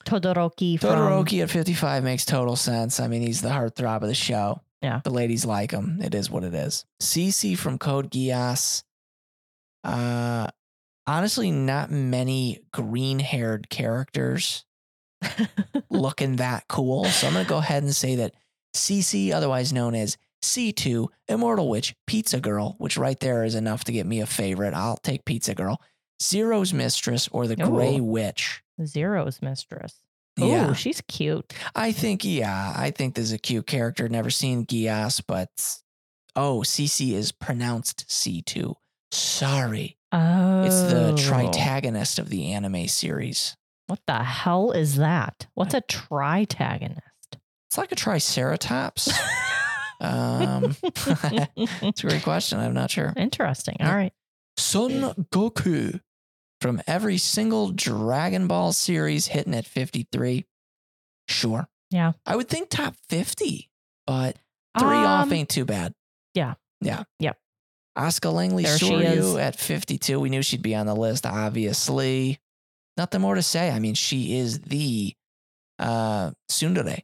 S2: Todoroki. from-
S1: Todoroki at 55 makes total sense. I mean, he's the heartthrob of the show.
S2: Yeah.
S1: The ladies like him. It is what it is. Cece from Code Geass. Uh, honestly, not many green haired
S2: *laughs*
S1: characters looking that cool. So I'm going to go ahead and say that Cece, otherwise known as C2, Immortal Witch, Pizza Girl, which right there is enough to get me a favorite. I'll take Pizza Girl. Zero's Mistress or the Gray
S2: Ooh.
S1: Witch.
S2: *laughs* Zero's mistress. Ooh,
S1: Yeah.
S2: she's cute.
S1: I think, yeah, I think this is a cute character. Never seen Gias, but oh, CC is pronounced C2. Sorry.
S2: Oh,
S1: It's the tritagonist of the anime series.
S2: What the hell is that? What's a tritagonist?
S1: It's like a triceratops. *laughs* um, it's a great question. I'm not sure.
S2: *laughs* Interesting.
S1: Yeah.
S2: All right.
S1: Son Goku from every single Dragon Ball series hitting at 53. Sure.
S2: Yeah.
S1: I would think top 50, but Three off
S2: Um,
S1: ain't too bad.
S2: yeah.
S1: Yeah.
S2: Yep.
S1: Oscar Langley
S2: There she is.
S1: Shoryu at 52. We knew she'd be on the list, obviously. Nothing more to say. I mean, she is the uh Sundere,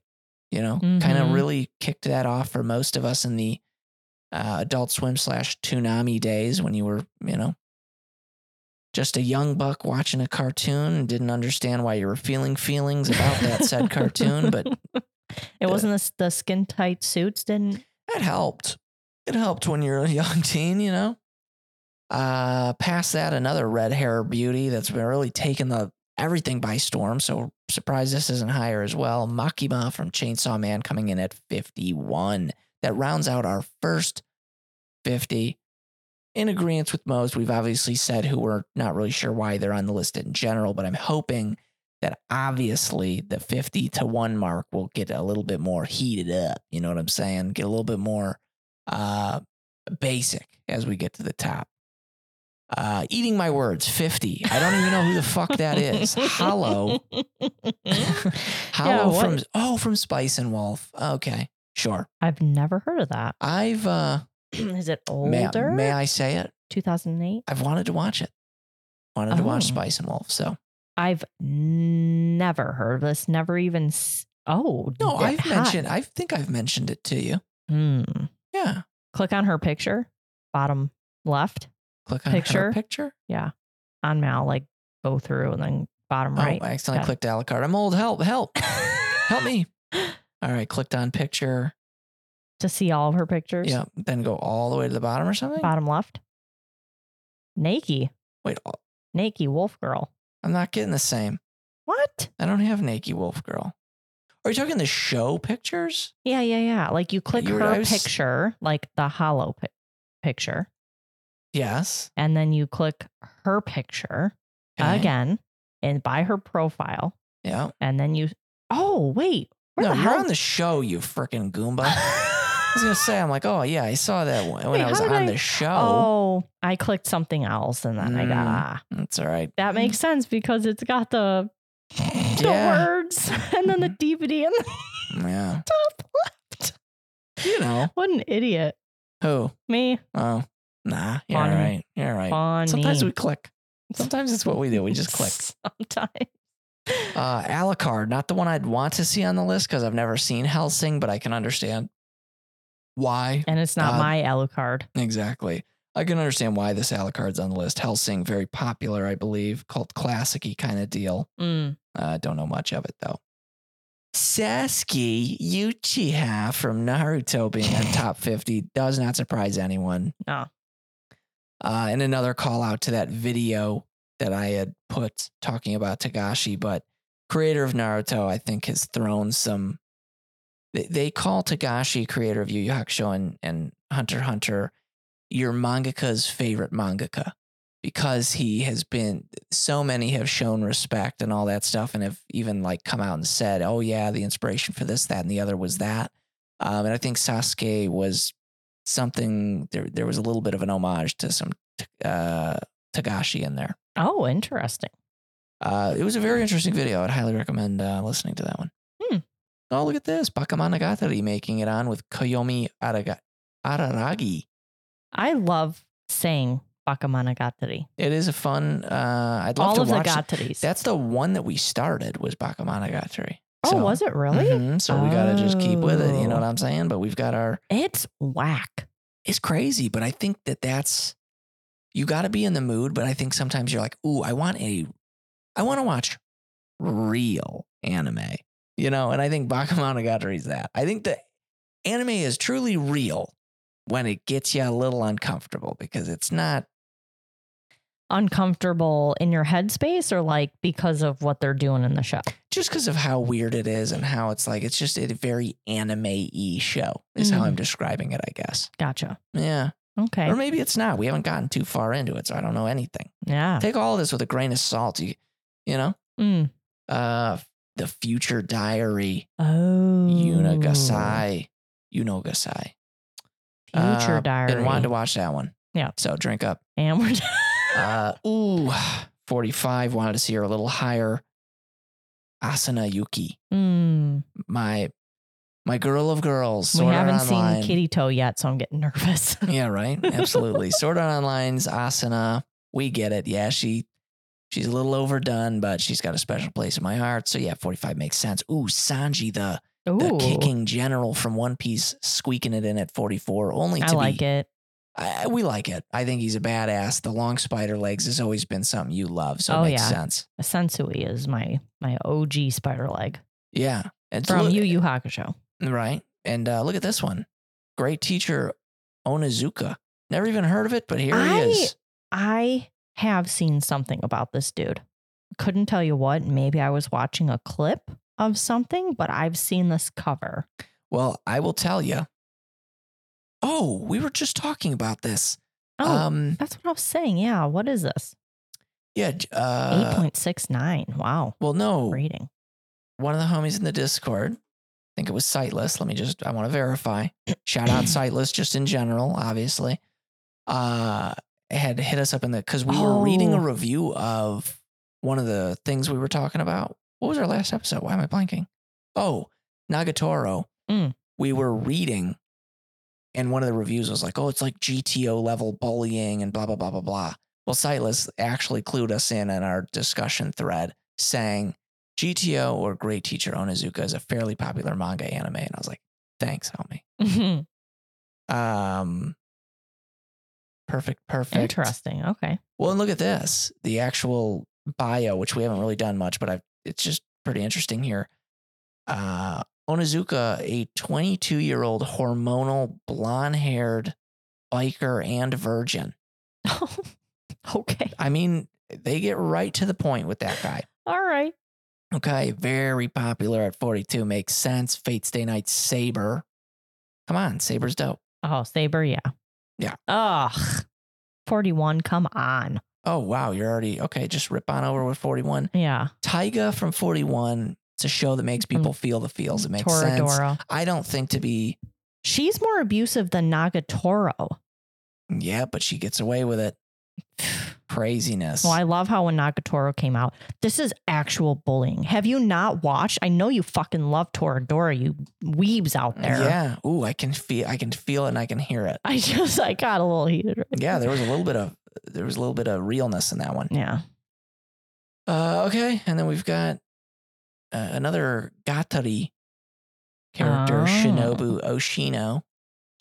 S1: you know, kind of
S2: Mhm.
S1: really kicked that off for most of us in the uh, adult swim slash Toonami days when you were, you know, just a young buck watching a cartoon and didn't understand why you were feeling feelings about that
S2: *laughs*
S1: said cartoon, but
S2: It wasn't the, s- the skin tight suits, didn't?
S1: that helped. It helped when you're a young *laughs* teen, you know. Uh, past that, another red hair beauty that's been really taking the everything by storm. So surprised this isn't higher as well. Makima from Chainsaw Man coming in at 51. That rounds out our first 50. In agreement with most, we've obviously said who we're not really sure why they're on the list in general, but I'm hoping that obviously the 50 to 1 mark will get a little bit more heated up. You know what I'm saying? Get a little bit more uh, basic as we get to the top. Uh, eating my words, 50. I don't even know who the fuck *laughs* that is. Hollow. Hollow
S2: *laughs* Yeah,
S1: from
S2: what-
S1: oh from Spice and Wolf. Okay, sure.
S2: I've never heard of that. *clears throat*
S1: I've uh
S2: Is it
S1: may,
S2: older?
S1: may I say it?
S2: 2008?
S1: I've wanted to watch it. Wanted to watch
S2: Oh.
S1: Spice and Wolf. So
S2: I've never heard of this. Never even. S- oh,
S1: no,
S2: di-
S1: I've
S2: hi.
S1: mentioned. I think I've mentioned it to you.
S2: Hmm.
S1: Yeah.
S2: Click on her picture, bottom left
S1: Click on picture.
S2: Picture?
S1: picture.
S2: on Mal, like go through and then bottom right. *laughs*
S1: Oh, I accidentally
S2: Yeah.
S1: clicked a la carte. I'm old. Help! Help! help
S2: *laughs*
S1: me! All right, clicked on picture.
S2: to see all of her pictures.
S1: Yeah. Then go all the way to the bottom or something.
S2: Bottom left. Nakey.
S1: Wait, oh,
S2: Nakey Wolf Girl.
S1: I'm not getting the same.
S2: What?
S1: I don't have Naked Wolf Girl. Are you talking the show pictures?
S2: Yeah, yeah, yeah. Like you click
S1: you were- I
S2: her
S1: was-
S2: picture, like the hollow pi- picture,
S1: Yes.
S2: and then you click her picture
S1: Okay.
S2: again and by her profile,
S1: Yeah.
S2: and then you. Oh wait, where
S1: no,
S2: the
S1: you're
S2: hell?
S1: on the show, you freaking *laughs*
S2: *laughs*
S1: Goomba. I
S2: I
S1: was gonna say, I'm like, oh yeah, I saw that one when
S2: Wait,
S1: I was
S2: how
S1: on
S2: did I-
S1: the show.
S2: Oh, I clicked something else, and then I got
S1: Mm.
S2: ah.
S1: That's all
S2: *laughs*
S1: right.
S2: That makes sense because it's got the the
S1: yeah, Mm-hmm.
S2: words *laughs* and then the DVD and the *laughs*
S1: yeah.
S2: top left.
S1: You know
S2: What an idiot!
S1: who?
S2: Me,
S1: Oh, nah. You're all
S2: Bonnie.
S1: right. You're all right.
S2: funny.
S1: Sometimes we click. Sometimes it's
S2: *laughs*
S1: what we do. We just click.
S2: Sometimes.
S1: Uh, Alucard, not the one I'd want to see on the list because I've never seen Helsing, but I can understand why
S2: And it's not
S1: Uh,
S2: my Alucard.
S1: Exactly. I can understand why this Alucard's on the list. Helsing, very popular, I believe, cult classic kind of deal.
S2: Mm.
S1: Uh, don't know much of it though. Sasuke Uchiha from Naruto being on top 50 does not surprise anyone.
S2: No.
S1: Uh, and another call out to that video that I had put talking about Tagashi, but creator of Naruto, I think, has thrown some. They, they call Tagashi, creator of Yu Yu Hakusho and, and Hunter x Hunter, your mangaka's favorite mangaka because he has been so many have shown respect and all that stuff and have even like come out and said, oh, yeah, the inspiration for this, that, and the other was that. Um, and I think Sasuke was something, there, there was a little bit of an homage to some uh, Tagashi in there.
S2: Oh, interesting.
S1: Uh, it was a very interesting video. I'd highly recommend uh, listening to that one.
S2: Hmm.
S1: Oh, look at this. Bakamanagatari making it on with Koyomi Araga- Araragi.
S2: I love saying Bakamanagatari.
S1: It is a fun. Uh, I'd love
S2: All
S1: to
S2: of the
S1: watch.
S2: gataris.
S1: That's the one that we started was Bakamanagatari.
S2: oh,
S1: So-
S2: was it really?
S1: Mhm, So we got to just keep with it. You know
S2: Oh.
S1: what I'm saying? But we've got our.
S2: It's whack.
S1: It's crazy, but I think that that's. You got to be in the mood, but I think sometimes you're like, ooh, I want a. I want to watch real anime, you know? And I think Bakamanagatari is that. I think the anime is truly real when it gets you a little uncomfortable because it's not.
S2: Uncomfortable in your headspace or like because of what they're doing in the show?
S1: just because of how weird it is and how it's like it's just a very anime-y show is how
S2: Mm-hmm.
S1: i'm describing it i guess
S2: Gotcha.
S1: yeah
S2: Okay.
S1: or maybe it's not we haven't gotten too far into it so i don't know anything
S2: Yeah.
S1: take all of this with a grain of salt you, you know
S2: Mm.
S1: uh the future diary
S2: Oh.
S1: yunagasai yunogasai
S2: Oh. Future
S1: Uh,
S2: diary.
S1: been wanting to watch that one
S2: Yeah.
S1: so drink up
S2: *laughs* and we're
S1: uh ooh *sighs* 45 wanted to see her a little higher asana yuki
S2: Mm.
S1: my my girl of girls.
S2: we
S1: Sword Art
S2: haven't
S1: Online.
S2: seen Kitty Toe yet, so I'm getting nervous. *laughs*
S1: Yeah, right. Absolutely. Sword Art Online's Asana. We get it. Yeah, she she's a little overdone, but she's got a special place in my heart. So yeah, forty five makes sense. Ooh, Sanji the
S2: Ooh,
S1: the kicking general from One Piece squeaking it in at forty four. Only to
S2: I like it.
S1: I, I- we like it. I think he's a badass. The long spider legs has always been something you love, so it
S2: Oh,
S1: makes
S2: yeah.
S1: sense.
S2: Sensui is my my OG spider leg
S1: Yeah, and
S2: from
S1: look-
S2: Yu Yu Hakusho.
S1: Right. And uh, look at this one. Great teacher, Onizuka. Never even heard of it, but here
S2: I-
S1: he is.
S2: I have seen something about this dude. Couldn't tell you what. Maybe I was watching a clip of something, but I've seen this cover.
S1: Well, I will tell you. Oh, we were just talking about this.
S2: Oh,
S1: Um,
S2: that's what I was saying. Yeah, what is this?
S1: yeah. j- Uh, oh.
S2: 8.69. Wow.
S1: well, no.
S2: Rating.
S1: One of the homies in the Discord, I think it was Sightless. Let me just, I want to verify. Shout out Sightless just in general, obviously. Uh, had hit us up in the, because we were reading a
S2: Oh.
S1: review of one of the things we were talking about. What was our last episode? Why am I blanking? Oh, Nagatoro.
S2: Mm.
S1: We were reading, and one of the reviews was like, oh, it's like GTO level bullying and blah, blah, blah, blah, blah. Well, Sightless actually clued us in in our discussion thread saying, GTO or Great Teacher Onizuka is a fairly popular manga anime. And I was like, thanks, homie. Mm-hmm, Um, perfect, perfect.
S2: Interesting. Okay. *laughs*
S1: Well, and look at this the actual bio, which we haven't really done much, but I've, it's just pretty interesting here. Uh, Onizuka, a 22 year old hormonal blonde haired biker and virgin.
S2: okay.
S1: I mean, they get right to the point with that guy.
S2: All right.
S1: Okay, very popular at 42. Makes sense. Fate's Day Night Saber. Come on, Saber's dope.
S2: Oh, Saber. Yeah.
S1: Yeah.
S2: Ugh. 41. Come on.
S1: Oh, wow, you're already okay. Just rip on over with 41.
S2: Yeah.
S1: Taiga from 41. It's a show that makes people feel the feels. It makes sense.
S2: Toradora.
S1: I don't think to be,
S2: She's more abusive than Nagatoro.
S1: yeah, but she gets away with it. *sighs* Craziness.
S2: Well, I love how when Nagatoro came out, this is actual bullying. Have you not watched? I know you fucking love Toradora, you weebs out there.
S1: Yeah. Ooh, I can feel I can feel it and I can hear it.
S2: *laughs* I just, I got a little heated. right
S1: Yeah,
S2: there.
S1: there was a little bit of there was a little bit of realness in that one.
S2: Yeah.
S1: Uh, okay, and then we've got uh, another Gatari character,
S2: Oh.
S1: Shinobu Oshino,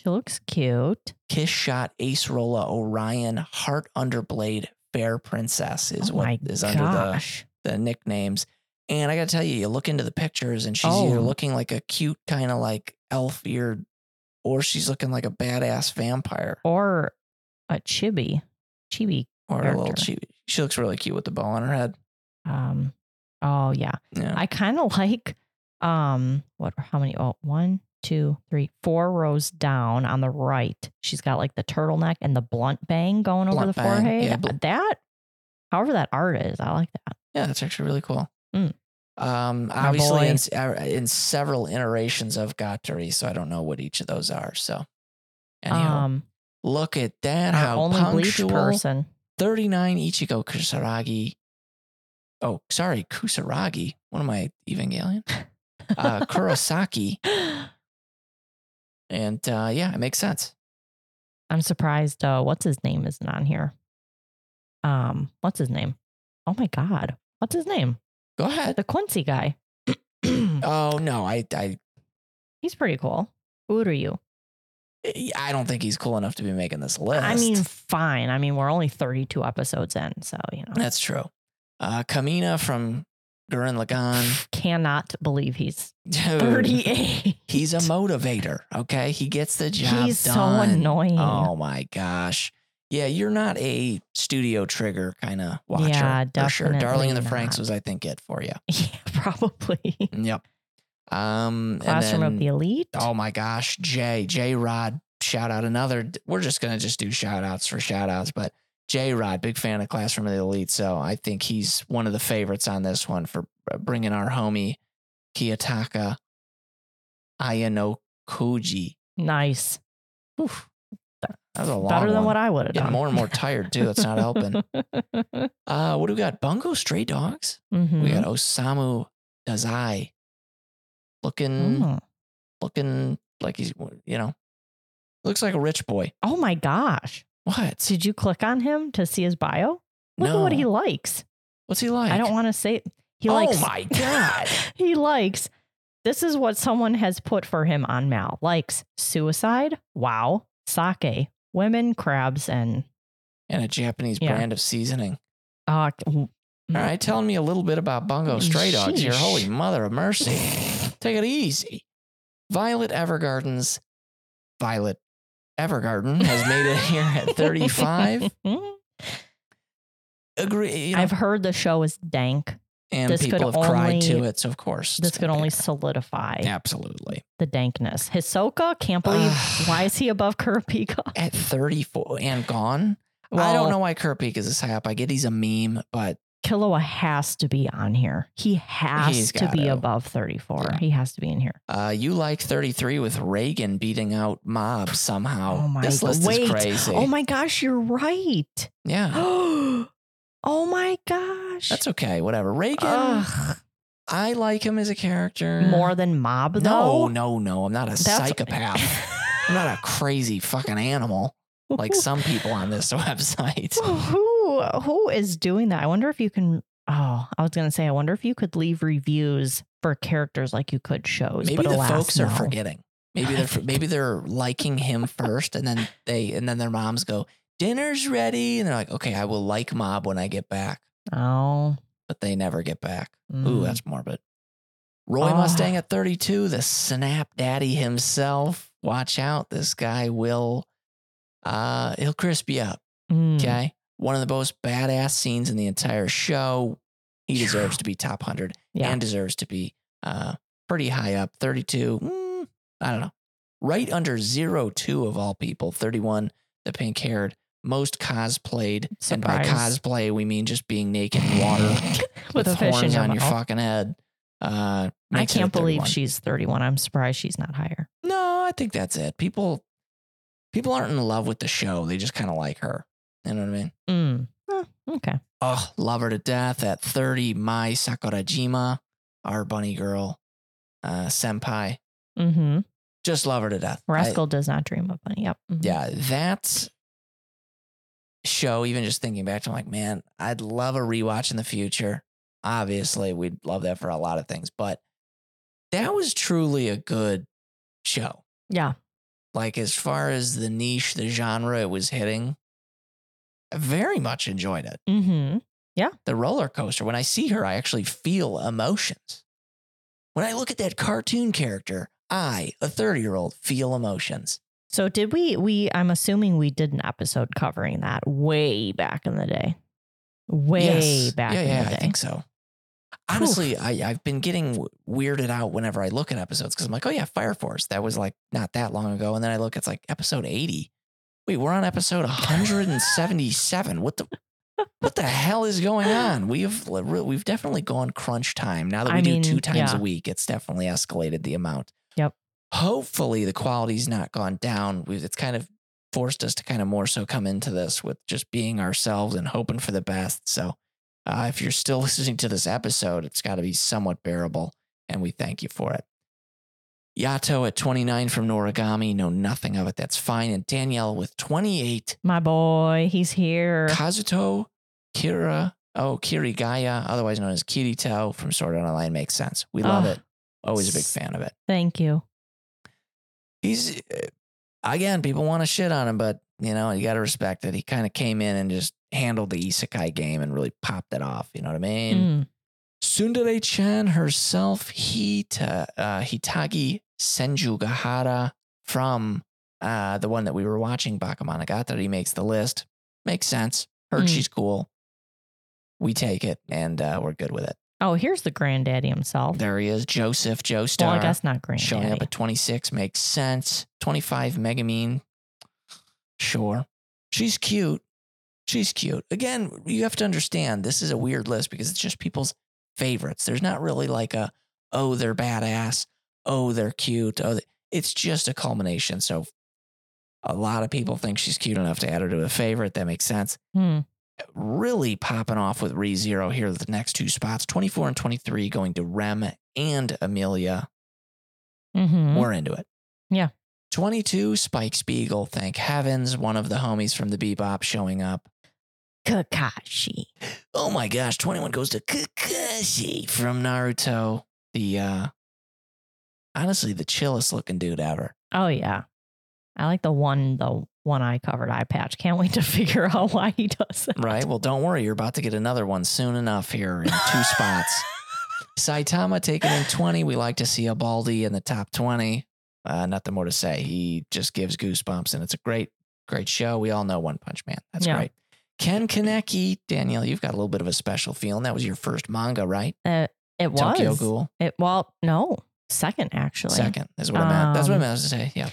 S2: She looks cute.
S1: Kiss Shot, Ace Rolla, Orion, Heart Underblade, Fair Princess is
S2: oh
S1: what
S2: my
S1: is under the,
S2: gosh.
S1: the nicknames. And I gotta tell you, you look into the pictures, and she's
S2: Oh.
S1: either looking like a cute kind of like elf eared, or she's looking like a badass vampire
S2: Or a chibi. Chibi.
S1: or a little.
S2: Character.
S1: She she looks really cute with the bow on her head.
S2: Um, oh, yeah.
S1: Yeah.
S2: I kind of *laughs* like um what how many oh one two three four rows down on the right she's got like the turtleneck and the blunt bang going over the
S1: Blunt bang,
S2: forehead
S1: yeah, bl-
S2: that however that art is i like that
S1: Yeah, that's actually really cool.
S2: Mm.
S1: Um, obviously,
S2: boy.
S1: in, s- uh, in several iterations of Gotteri, so I don't know what each of those are. So, anyhow,
S2: um
S1: look at that.
S2: our
S1: How
S2: only bleach
S1: punctual. *gasps*
S2: person *gasps*
S1: 39 Ichigo
S2: *laughs*
S1: Kusaragi. Oh, sorry, Kusaragi. What am I, Evangelion? uh, Kurosaki. And uh, yeah, it makes sense.
S2: I'm surprised. Uh, what's his name isn't on here? Um, what's his name? Oh my God, what's his name?
S1: Go ahead.
S2: The Quincy guy. *clears throat*
S1: Oh no, I I
S2: He's pretty cool. Uryu.
S1: I don't think he's cool enough to be making this list.
S2: I mean, fine. I mean, we're only 32 episodes in, so you know,
S1: that's true. Uh, Kamina from Gurren
S2: *laughs*
S1: Lagann.
S2: cannot believe he's
S1: Dude,
S2: 38.
S1: He's a motivator. Okay, he gets the job
S2: He's so
S1: done.
S2: annoying.
S1: Oh my gosh. Yeah, you're not a studio trigger kind of watcher.
S2: Yeah,
S1: for sure. Darling in the
S2: definitely
S1: Franks
S2: not.
S1: was, I think, it for you.
S2: *laughs* Yeah, probably.
S1: Yep. Um, and
S2: Classroom
S1: then-
S2: of the Elite.
S1: Oh my gosh, Jay, J Rod, shout out another. We're just gonna just do shout outs for shout outs, but J Rod, big fan of Classroom of the Elite, so I think he's one of the favorites on this one for uh, bringing our homie Kiyotaka Ayano Koji.
S2: Nice.
S1: Oof. That was a long
S2: Better than
S1: one.
S2: what I would have
S1: Getting
S2: done.
S1: more and
S2: *laughs*
S1: more tired too. It's not helping. Uh, what do we got? Bungo Stray Dogs.
S2: Mhm.
S1: We got Osamu Dazai, looking
S2: Mm.
S1: looking like he's you know looks like a rich boy.
S2: Oh my gosh.
S1: What?
S2: Did you click on him to see his bio? Look at what he likes.
S1: What's he like?
S2: I don't want to say he
S1: oh
S2: likes
S1: my god!
S2: *laughs* he likes this is what someone has put for him on Mal. Likes suicide, wow, sake, women, crabs, and
S1: and a Japanese
S2: Yeah.
S1: brand of seasoning.
S2: uh *laughs*
S1: All right, telling me a little bit about Bungo Stray Dogs here.
S2: Mm, Sheesh.
S1: Holy mother of mercy! Take it easy. Violet Evergarden's Violet Evergarden has made it here
S2: *laughs*
S1: at 35. Agree. You know,
S2: I've heard the show is dank.
S1: and
S2: this
S1: people
S2: could
S1: have cried to
S2: only-
S1: it, so of course. it's
S2: This could
S1: gonna
S2: only
S1: be-
S2: solidify
S1: absolutely
S2: the dankness. Hisoka, can't believe
S1: Ah.
S2: why is he above Kurapika?
S1: at 34 and gone. I
S2: Well-
S1: don't know why Kerpik is this high up. I get he's a meme, but
S2: Killua has to be on here. He has
S1: He's
S2: to be
S1: gotta.
S2: above 34.
S1: Yeah.
S2: He has to be in here.
S1: Uh, you like 33 with Reagan beating out Mob somehow.
S2: Oh my
S1: this list
S2: wait.
S1: is crazy.
S2: Oh my gosh, you're right. *gasps*
S1: yeah,
S2: oh my gosh.
S1: that's okay. Whatever. Reagan,
S2: Ugh.
S1: I like him as a character.
S2: More than mob
S1: No,
S2: though.
S1: no, no. I'm not a
S2: That's-
S1: psychopath. I'm not a crazy fucking animal
S2: *laughs*
S1: like some people on this *laughs* website.
S2: who who is doing that? I wonder if you can oh, I was gonna say I wonder if you could leave reviews for characters like you could shows.
S1: Maybe
S2: but
S1: the
S2: alas,
S1: folks are
S2: no.
S1: forgetting. Maybe
S2: *laughs*
S1: they're maybe they're liking him first, and then they and then their moms go, "Dinner's ready," and they're like, "Okay, I will like Mob when I get back,"
S2: Oh.
S1: but they never get back.
S2: mm.
S1: Ooh, that's morbid. Roy
S2: Ah.
S1: Mustang at 32, the snap daddy himself. Watch out. This guy will uh he'll crisp you up.
S2: Mm.
S1: Okay. One of the most badass scenes in the entire show. He deserves to be top hundred
S2: Yeah.
S1: and deserves to be uh pretty high up. 32. mm, I don't know. Right under zero two of all people, 31, the pink haired, most cosplayed. And by
S2: Surprise.
S1: cosplay, we mean just being naked
S2: *laughs*
S1: in water
S2: with, a fish in
S1: horns
S2: your
S1: on your
S2: mouth.
S1: fucking head. Uh,
S2: I
S1: makes it a
S2: can't believe
S1: 31.
S2: she's 31. I'm surprised she's not higher.
S1: No, I think that's it. People, people aren't in love with the show. They just kind of like her. You know what I mean?
S2: Mm. Huh, okay.
S1: Oh, love her to death. At thirty, Mai Sakurajima, our bunny girl, uh, senpai,
S2: Mm-hmm.
S1: just love her to death. I-
S2: Rascal does not dream of money. Yep. Mhm.
S1: yeah, that show, even just thinking back to I'm like, man, I'd love a rewatch in the future. Obviously, we'd love that for a lot of things, but that was truly a good show.
S2: Yeah.
S1: Like as far as the niche, the genre it was hitting, I very much enjoyed it.
S2: Mm-hmm.
S1: The roller coaster. When I see her, I actually feel emotions. When I look at that cartoon character, I, a 30 year old, feel emotions.
S2: So did we we I'm assuming we did an episode covering that way back in the day. Way
S1: Yes.
S2: back
S1: yeah,
S2: in
S1: yeah,
S2: the day.
S1: I think so. Honestly, I, I've been getting w- weirded out whenever I look at episodes because I'm like, oh yeah, Fire Force. That was like not that long ago. And then I look, it's like episode 80. Wait, we're on
S2: *laughs*
S1: episode 177. what the what the hell is going on? We've li- re- we've definitely gone crunch time. Now that we
S2: I
S1: do
S2: mean,
S1: two times
S2: yeah.
S1: a week, it's definitely escalated the amount.
S2: Yep.
S1: Hopefully the quality's not gone down. We've, it's kind of forced us to kind of more so come into this with just being ourselves and hoping *laughs* for the best. So uh, if you're still listening to this episode, it's got to be somewhat bearable. and we thank you for it. Yato at 29 from Noragami, know nothing of it. That's fine. And Danielle with 28.
S2: My boy, he's here.
S1: Kazuto Kira, oh, Kirigaya, otherwise known as Kirito from Sword Art Online, makes sense. We love
S2: Ah.
S1: it. Always a big fan of it.
S2: Thank you.
S1: He's, uh, again, people want to shit on him, but, you know, you got to respect it. He kind of came in and just handled the isekai game and really popped it off. You know what I mean?
S2: Mm.
S1: Sundere Chan herself, Hita, uh, Hitagi Senjugahara from uh, the one that we were watching, Bakemonogatari, makes the list. Makes sense. Heard
S2: Mm.
S1: she's cool. We take it and uh, we're good with it.
S2: Oh, here's the granddaddy himself.
S1: There he is, Joseph Joestar.
S2: well, I guess not
S1: showing up
S2: granddaddy.
S1: at 26 makes sense. 25 Megamine. Sure. She's cute. She's cute. Again, you have to understand this is a weird list because it's just people's favorites. There's not really like a, oh, they're badass. Oh, they're cute. Oh, they-" it's just a culmination. So a lot of people think she's cute enough to add her to a favorite. That makes sense.
S2: Hmm.
S1: Really popping off with Re Zero here, the next two spots 24 and 23 going to Rem and Amelia.
S2: Mhm.
S1: We're into it.
S2: Yeah.
S1: 22, Spike Spiegel, thank heavens, one of the homies from the Bebop showing up.
S2: Kakashi.
S1: Oh my gosh, 21 goes to Kakashi from Naruto. The, uh, honestly, the chillest looking dude ever.
S2: Oh yeah, I like the one the one eye covered eye patch. Can't wait to *laughs* figure out why he does it.
S1: Right? Well, don't worry, you're about to get another one soon enough here in
S2: *laughs*
S1: two spots. Saitama taken in 20. We like to see a Baldy in the top 20. Uh, nothing more to say. He just gives goosebumps, and it's a great, great show. We all know One Punch Man. That's
S2: Yeah.
S1: great. Ken Kaneki, Danielle, you've got a little bit of a special feeling. That was your first manga, right?
S2: Uh, it was
S1: Tokyo Ghoul.
S2: It well, no, second actually.
S1: Second is what I meant. That's what I
S2: Um,
S1: meant to say. Yeah.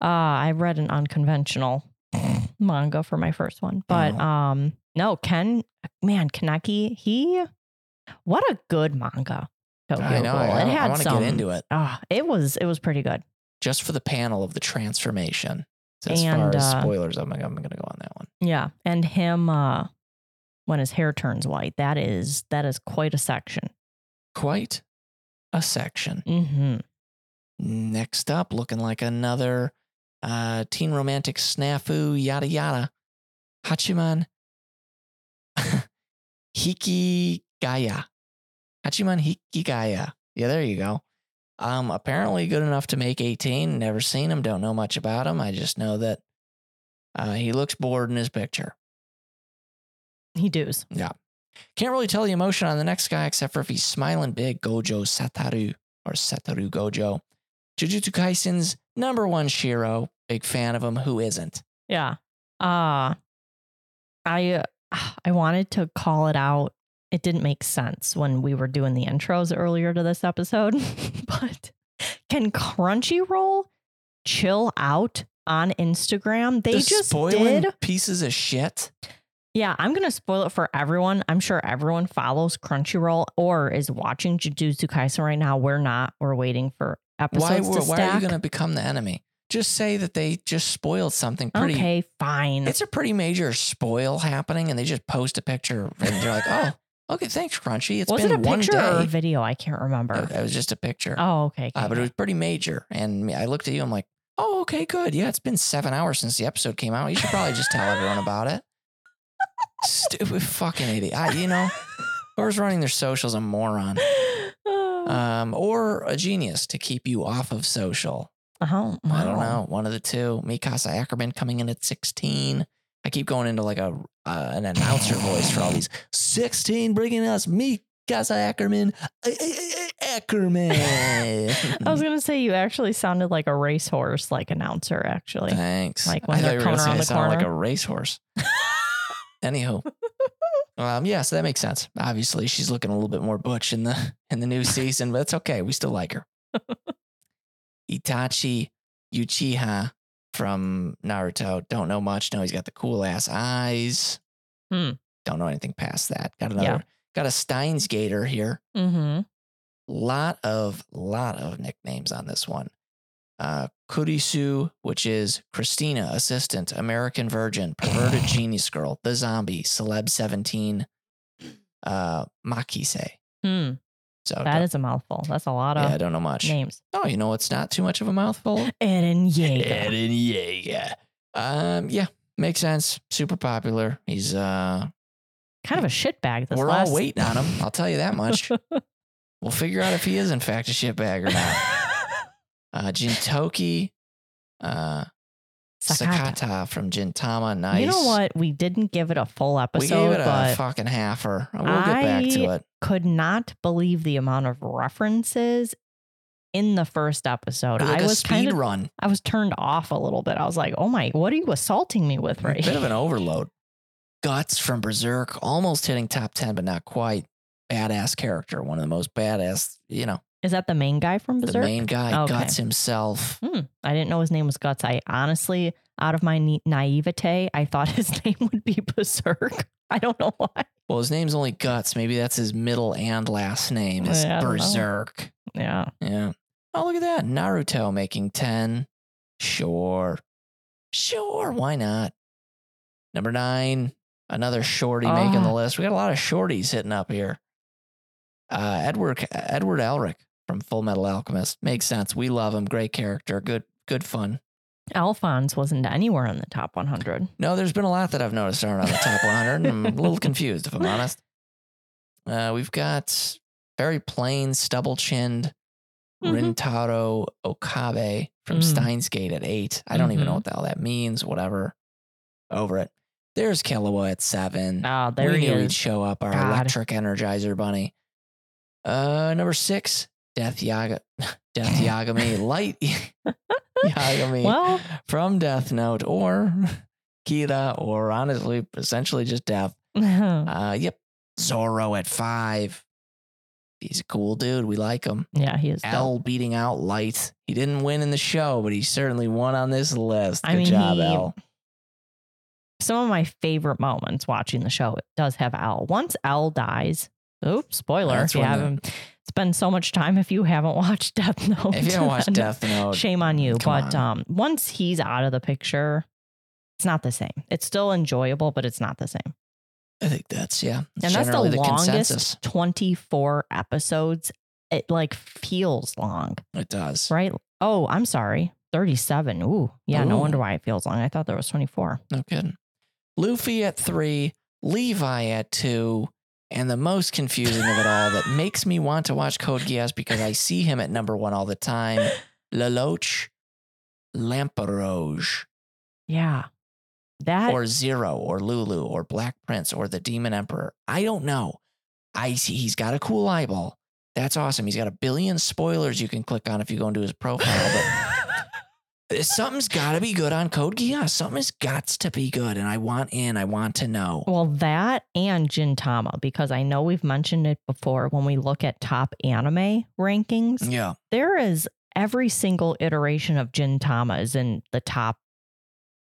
S2: Uh, I read an unconventional *laughs* manga for my first one, but
S1: Oh.
S2: um, no, Ken, man, Kaneki, he, what a good manga. Tokyo
S1: I know.
S2: Ghoul.
S1: I,
S2: it had
S1: want to
S2: some.
S1: get into it
S2: Ah, it was it was pretty good.
S1: just for the panel of the transformation. So as
S2: And,
S1: far as
S2: uh,
S1: spoilers, I'm, I'm going to go on that one.
S2: Yeah, and him uh, when his hair turns white, that is that is quite a section.
S1: Quite a section.
S2: Mm-hmm.
S1: Next up, looking like another uh, teen romantic snafu, yada yada. Hachiman *laughs* Hikigaya. Hachiman Hikigaya. Yeah, there you go. Um, apparently good enough to make 18. Never seen him, don't know much about him. I just know that uh, he looks bored in his picture.
S2: He does.
S1: Can't really tell the emotion on the next guy except for if he's smiling big, Gojo Satoru or Satoru Gojo. Jujutsu Kaisen's number one Shiro, big fan of him. Who isn't?
S2: Yeah. Uh I uh, I wanted to call it out. It didn't make sense when we were doing the intros earlier to this episode, *laughs* but can Crunchyroll chill out on Instagram? They just
S1: spoiling
S2: did.
S1: pieces of shit.
S2: Yeah, I'm going to spoil it for everyone. I'm sure everyone follows Crunchyroll or is watching Jujutsu Kaisen right now. We're not. We're waiting for
S1: Why,
S2: episodes
S1: were-
S2: to
S1: why
S2: stack.
S1: are you going to become the enemy? Just say that they just spoiled something pretty.
S2: okay, fine.
S1: It's a pretty major spoil happening, and they just post a picture, and they're
S2: *laughs*
S1: like, "Oh, okay, thanks, Crunchy. It's
S2: was
S1: been
S2: it a
S1: one
S2: picture or a
S1: day."
S2: video? I can't remember.
S1: Uh, It was just a picture.
S2: Oh, okay.
S1: uh,
S2: okay,
S1: but it
S2: okay.
S1: was pretty major. And I looked at you, I'm like, oh, okay, good. Yeah, it's been seven hours since the episode came out. You should probably just tell everyone about it. Stupid fucking idiot. I, you
S2: *laughs*
S1: know, *laughs* whoever's running their socials, a moron.
S2: uh,
S1: Um, or a genius to keep you off of social.
S2: oh,
S1: I don't
S2: wow.
S1: know. *laughs* One of the two. Mikasa Ackerman coming in at 16. I keep going into like a uh, an announcer voice for all these 16 bringing us Mikasa Ackerman. A- A- A- Ackerman.
S2: *laughs* I was gonna say you actually sounded like a racehorse, like announcer. Actually,
S1: Thanks.
S2: like when
S1: I thought
S2: they're
S1: you were gonna
S2: coming
S1: say
S2: around
S1: I
S2: the
S1: sound like a
S2: corner.
S1: racehorse. Anywho,
S2: *laughs*
S1: um, yeah, so that makes sense. Obviously, she's looking a little bit more butch in the *laughs* in the new season, but it's okay. We still
S2: *laughs*
S1: like her. Itachi Uchiha from Naruto. Don't know much. No, he's got the cool ass eyes.
S2: Hmm.
S1: Don't know anything past that. Got another.
S2: Yeah.
S1: Got a Steins Gator here
S2: *laughs* mm-hmm.
S1: lot of lot of nicknames on this one. Uh, Kurisu, which is Christina, assistant, American Virgin,
S2: *laughs*
S1: perverted genius girl, the zombie, celeb seventeen, uh, Makise.
S2: Hmm.
S1: So
S2: That is a mouthful. That's a lot
S1: yeah, I
S2: of
S1: don't know much.
S2: names.
S1: Oh, you know it's not too much of a mouthful.
S2: Ed and
S1: Ed
S2: Yeager.
S1: and Yeager. Um, yeah, makes sense. Super popular. He's uh,
S2: Kind of a shitbag this
S1: we're
S2: last
S1: all waiting on him. I'll tell you that
S2: *laughs*
S1: much. we'll figure out if he is in fact a shitbag or
S2: *laughs*
S1: not. Uh, Jintoki, uh,
S2: Sakata.
S1: Sakata. from Jintama. Nice.
S2: You know what? We didn't give it a full episode,
S1: We gave it
S2: but
S1: a fucking halfer. We'll get back to
S2: I-
S1: it.
S2: could not believe the amount of references in the first episode.
S1: Like
S2: I
S1: a
S2: was
S1: speed
S2: kind of
S1: run,
S2: I was turned off a little bit. I was like, "Oh my, what are you assaulting me with right
S1: bit of
S2: here?"
S1: an overload. Guts from Berserk, almost hitting top ten, but not quite. Badass character, one of the most badass. You know,
S2: Is that the main guy from Berserk? Oh,
S1: the main guy,
S2: Okay.
S1: Guts himself.
S2: Hmm. I didn't know his name was Guts. I honestly, out of my na- naivete, I thought *laughs* his name would be Berserk. *laughs* I don't know why.
S1: Well, his name's only Guts. Maybe that's his middle and last name is
S2: Yeah, I don't know.
S1: Berserk.
S2: Yeah.
S1: Yeah. Oh, look at that. Naruto making 10. Sure. Sure. Why not? Number nine, another shorty making the
S2: Ah.
S1: list. We got a lot of shorties hitting up here. Uh, Edward Edward Elric from Full Metal Alchemist makes sense. We love him. Great character. Good good fun.
S2: Alphonse wasn't anywhere in the top 100.
S1: No, there's been a lot that I've noticed aren't on the top 100. and I'm a little confused if I'm honest. Uh, we've got very plain, stubble chinned
S2: Mhm.
S1: Rintaro Okabe from
S2: Mm.
S1: Steins Gate at eight. I don't even know
S2: Mhm.
S1: what the hell that means. Whatever. Over it. There's Killua at seven.
S2: Ah, there
S1: we
S2: he
S1: knew he'd
S2: is.
S1: show up. Our
S2: God.
S1: electric energizer bunny. Uh, number six, Death Yaga, *laughs*
S2: *laughs*
S1: Death Yagami, Light *laughs* Yagami
S2: Well,
S1: from Death Note, or *laughs* Kira, or honestly, essentially just Death.
S2: *laughs* yeah,
S1: Uh, yep, Zoro at five. He's a cool dude. We like him.
S2: he is. dope.
S1: L beating out Light. He didn't win in the show, but he certainly won on this list. Good
S2: I mean,
S1: job,
S2: he- *laughs*
S1: L.
S2: Some of my favorite moments watching the show does have Al. Once Al dies, oops, spoiler.
S1: That's
S2: if you
S1: when the-
S2: haven't spent so much time, if you haven't watched *laughs* Death Note,
S1: If you haven't
S2: *laughs*
S1: watched
S2: then-
S1: Death Note,
S2: shame on you.
S1: come
S2: but
S1: on.
S2: um, once he's out of the picture, it's not the same. It's still enjoyable, but it's not the same.
S1: I think that's yeah.
S2: And that's the
S1: generally
S2: longest
S1: consensus.
S2: 24 episodes. It like feels long,
S1: It does.
S2: right? Oh, I'm sorry. 37. Ooh. Yeah, no
S1: Ooh.
S2: wonder why it feels long. I thought there was 24.
S1: No kidding. Luffy at three, Levi at two, and the most confusing of it all
S2: *laughs*
S1: that makes me want to watch Code Geass because I see him at number one all the
S2: *laughs*
S1: time. Lelouch, Lamperoge,
S2: Yeah. That *laughs*
S1: or Zero, or Lulu, or Black Prince, or the Demon Emperor. I don't know. I see he's got a cool eyeball. That's awesome. He's got a billion spoilers you can click on if you go into his profile.
S2: *laughs*
S1: But something's got to be good on Code Geass. Something's got to be good, and I want in. I want to know.
S2: Well, that and Gintama, because I know we've mentioned it before when we look at top anime rankings,
S1: Yeah,
S2: there is every single iteration of Gintama is in the top,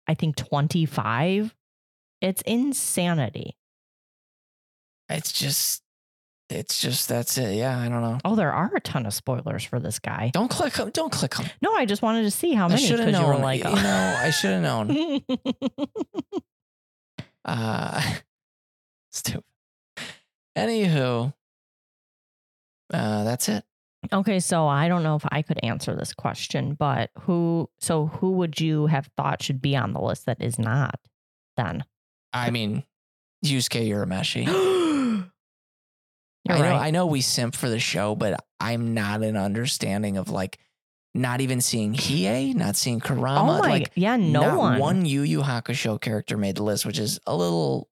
S2: I think, 25. It's insanity.
S1: it's just, it's just that's it. Yeah, I don't know.
S2: Oh, there are a ton of spoilers for this guy.
S1: Don't click them. Don't click them.
S2: No, I just wanted to see how
S1: I
S2: many
S1: should have
S2: because you
S1: known.
S2: were like, "Oh."
S1: you know, I should have
S2: *laughs*
S1: known. *laughs* Uh, *laughs* stupid. Anywho, uh, that's it.
S2: okay, so I don't know if I could answer this question, but who, so who would you have thought should be on the list that is not then?
S1: *gasps* I mean, Yusuke
S2: *gasps*
S1: Urameshi.
S2: You're
S1: I know,
S2: right.
S1: I know we simp for the show, but I'm not an understanding of like not even seeing Hiei, not seeing Karama.
S2: oh my,
S1: like
S2: yeah, no
S1: not
S2: one.
S1: one Yu Yu Hakusho character made the list, which is a little.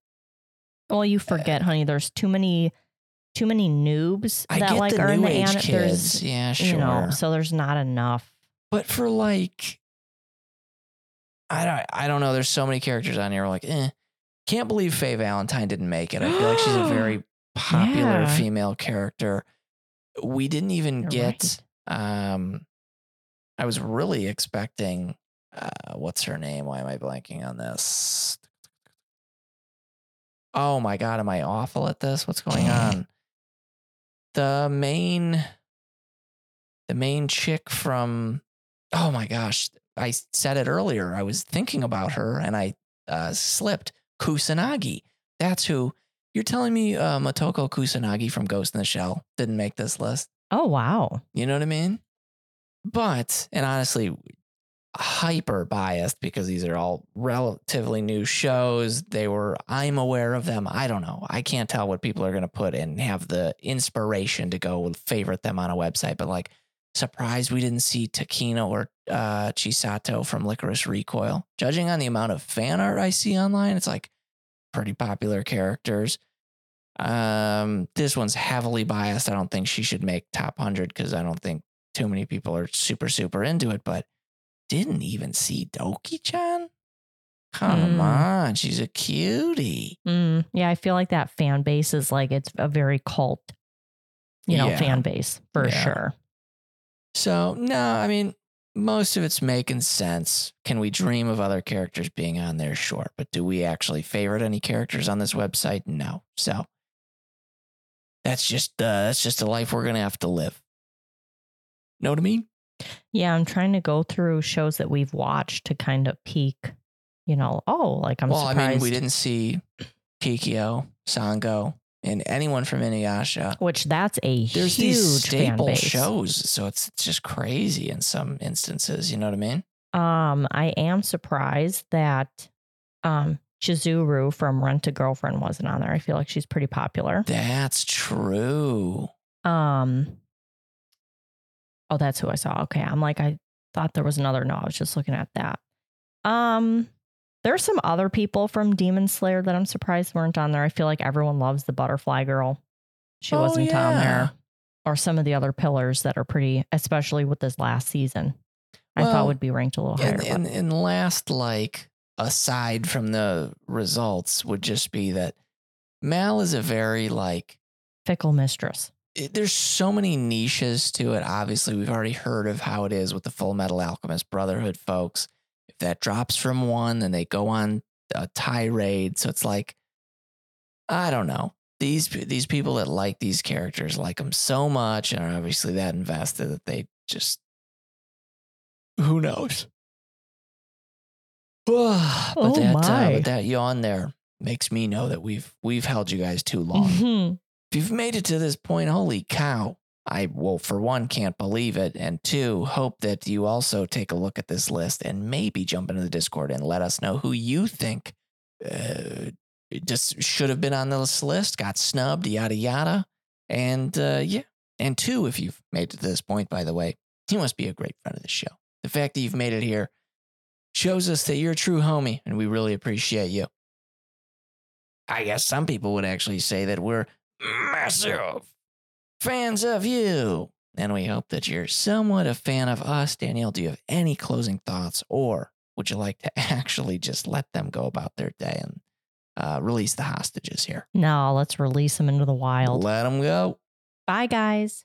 S2: Well,
S1: uh,
S2: you forget, honey. There's too many, too many noobs
S1: I
S2: that
S1: get
S2: like
S1: the
S2: are in
S1: new
S2: the
S1: age
S2: an-
S1: kids,
S2: There's,
S1: yeah, sure.
S2: you know, so there's not enough.
S1: but for like, I don't, I don't know. There's so many characters on here. We're like, eh, can't believe Faye Valentine didn't make it. I feel like she's a
S2: *gasps*
S1: very popular
S2: Yeah.
S1: female character. We didn't even
S2: You're
S1: get.
S2: right.
S1: Um, I was really expecting. Uh, what's her name? Why am I blanking on this? Oh my god, am I awful at this? What's going on? The main, the main chick from. Oh my gosh, I said it earlier. I was thinking about her and I uh, slipped. Kusanagi. That's who. You're telling me uh, Motoko Kusanagi from Ghost in the Shell didn't make this list?
S2: Oh, wow.
S1: You know what I mean? But, and honestly, hyper biased because these are all relatively new shows. They were, I'm aware of them. I don't know. I can't tell what people are going to put and have the inspiration to go and favorite them on a website. But like, surprised we didn't see Takino or uh, Chisato from Licorice Recoil. Judging on the amount of fan art I see online, it's like pretty popular characters. Um, this one's heavily biased. I don't think she should make top 100 because I don't think too many people are super, super into it. But didn't even see Doki chan. Come
S2: Mm.
S1: on, she's a cutie.
S2: Mm, yeah, I feel like that fan base is like it's a very cult, you know,
S1: Yeah.
S2: fan base for
S1: Yeah.
S2: sure.
S1: So, no, I mean, most of it's making sense. Can we dream of other characters being on there? Sure. But do we actually favorite any characters on this website? No. So, that's just uh, that's just a life we're gonna have to live. Know what I mean?
S2: Yeah, I'm trying to go through shows that we've watched to kind of peek, you know, oh, like I'm
S1: well,
S2: surprised.
S1: I mean, we didn't see Kikyo, Sango, and anyone from Inuyasha.
S2: Which that's a
S1: there's
S2: huge
S1: these
S2: fan
S1: staple
S2: base.
S1: shows, so it's, it's just crazy in some instances. You know what I mean?
S2: Um, I am surprised that um Chizuru from Rent a Girlfriend wasn't on there. I feel like she's pretty popular.
S1: That's true.
S2: Um Oh, that's who I saw. Okay. I'm like, I thought there was another. No, I was just looking at that. Um, there's some other people from Demon Slayer that I'm surprised weren't on there. I feel like everyone loves the butterfly girl. She
S1: Oh,
S2: wasn't on
S1: yeah.
S2: there. Or some of the other pillars that are pretty, especially with this last season. I
S1: Well,
S2: thought would be ranked a little higher.
S1: And,
S2: but-
S1: and and last, like aside from the results, would just be that Mal is a very like.
S2: Fickle Mistress.
S1: It, there's so many niches to it. Obviously, we've already heard of how it is with the Full Metal Alchemist Brotherhood folks. If that drops from one, then they go on a tirade. So it's like, I don't know. These these people that like these characters like them so much and are obviously that invested that they just who knows. *sighs* but
S2: Oh
S1: that Uh,
S2: my.
S1: but that yawn there makes me know that we've we've held you guys too long
S2: *laughs* Mhm.
S1: if you've made it to this point, holy cow. I, well, for one, can't believe it. And two, hope that you also take a look at this list and maybe jump into the Discord and let us know who you think uh, just should have been on this list, got snubbed, yada, yada. And uh, yeah. And two, if you've made it to this point, by the way, you must be a great friend of the show. The fact that you've made it here shows us that you're a true homie, and we really appreciate you. I guess some people would actually say that we're massive fans of you. And we hope that you're somewhat a fan of us. Danielle, do you have any closing thoughts, or would you like to *laughs* actually just let them go about their day and uh, release the hostages here?
S2: No, let's release them into the wild.
S1: Let them go.
S2: Bye, guys.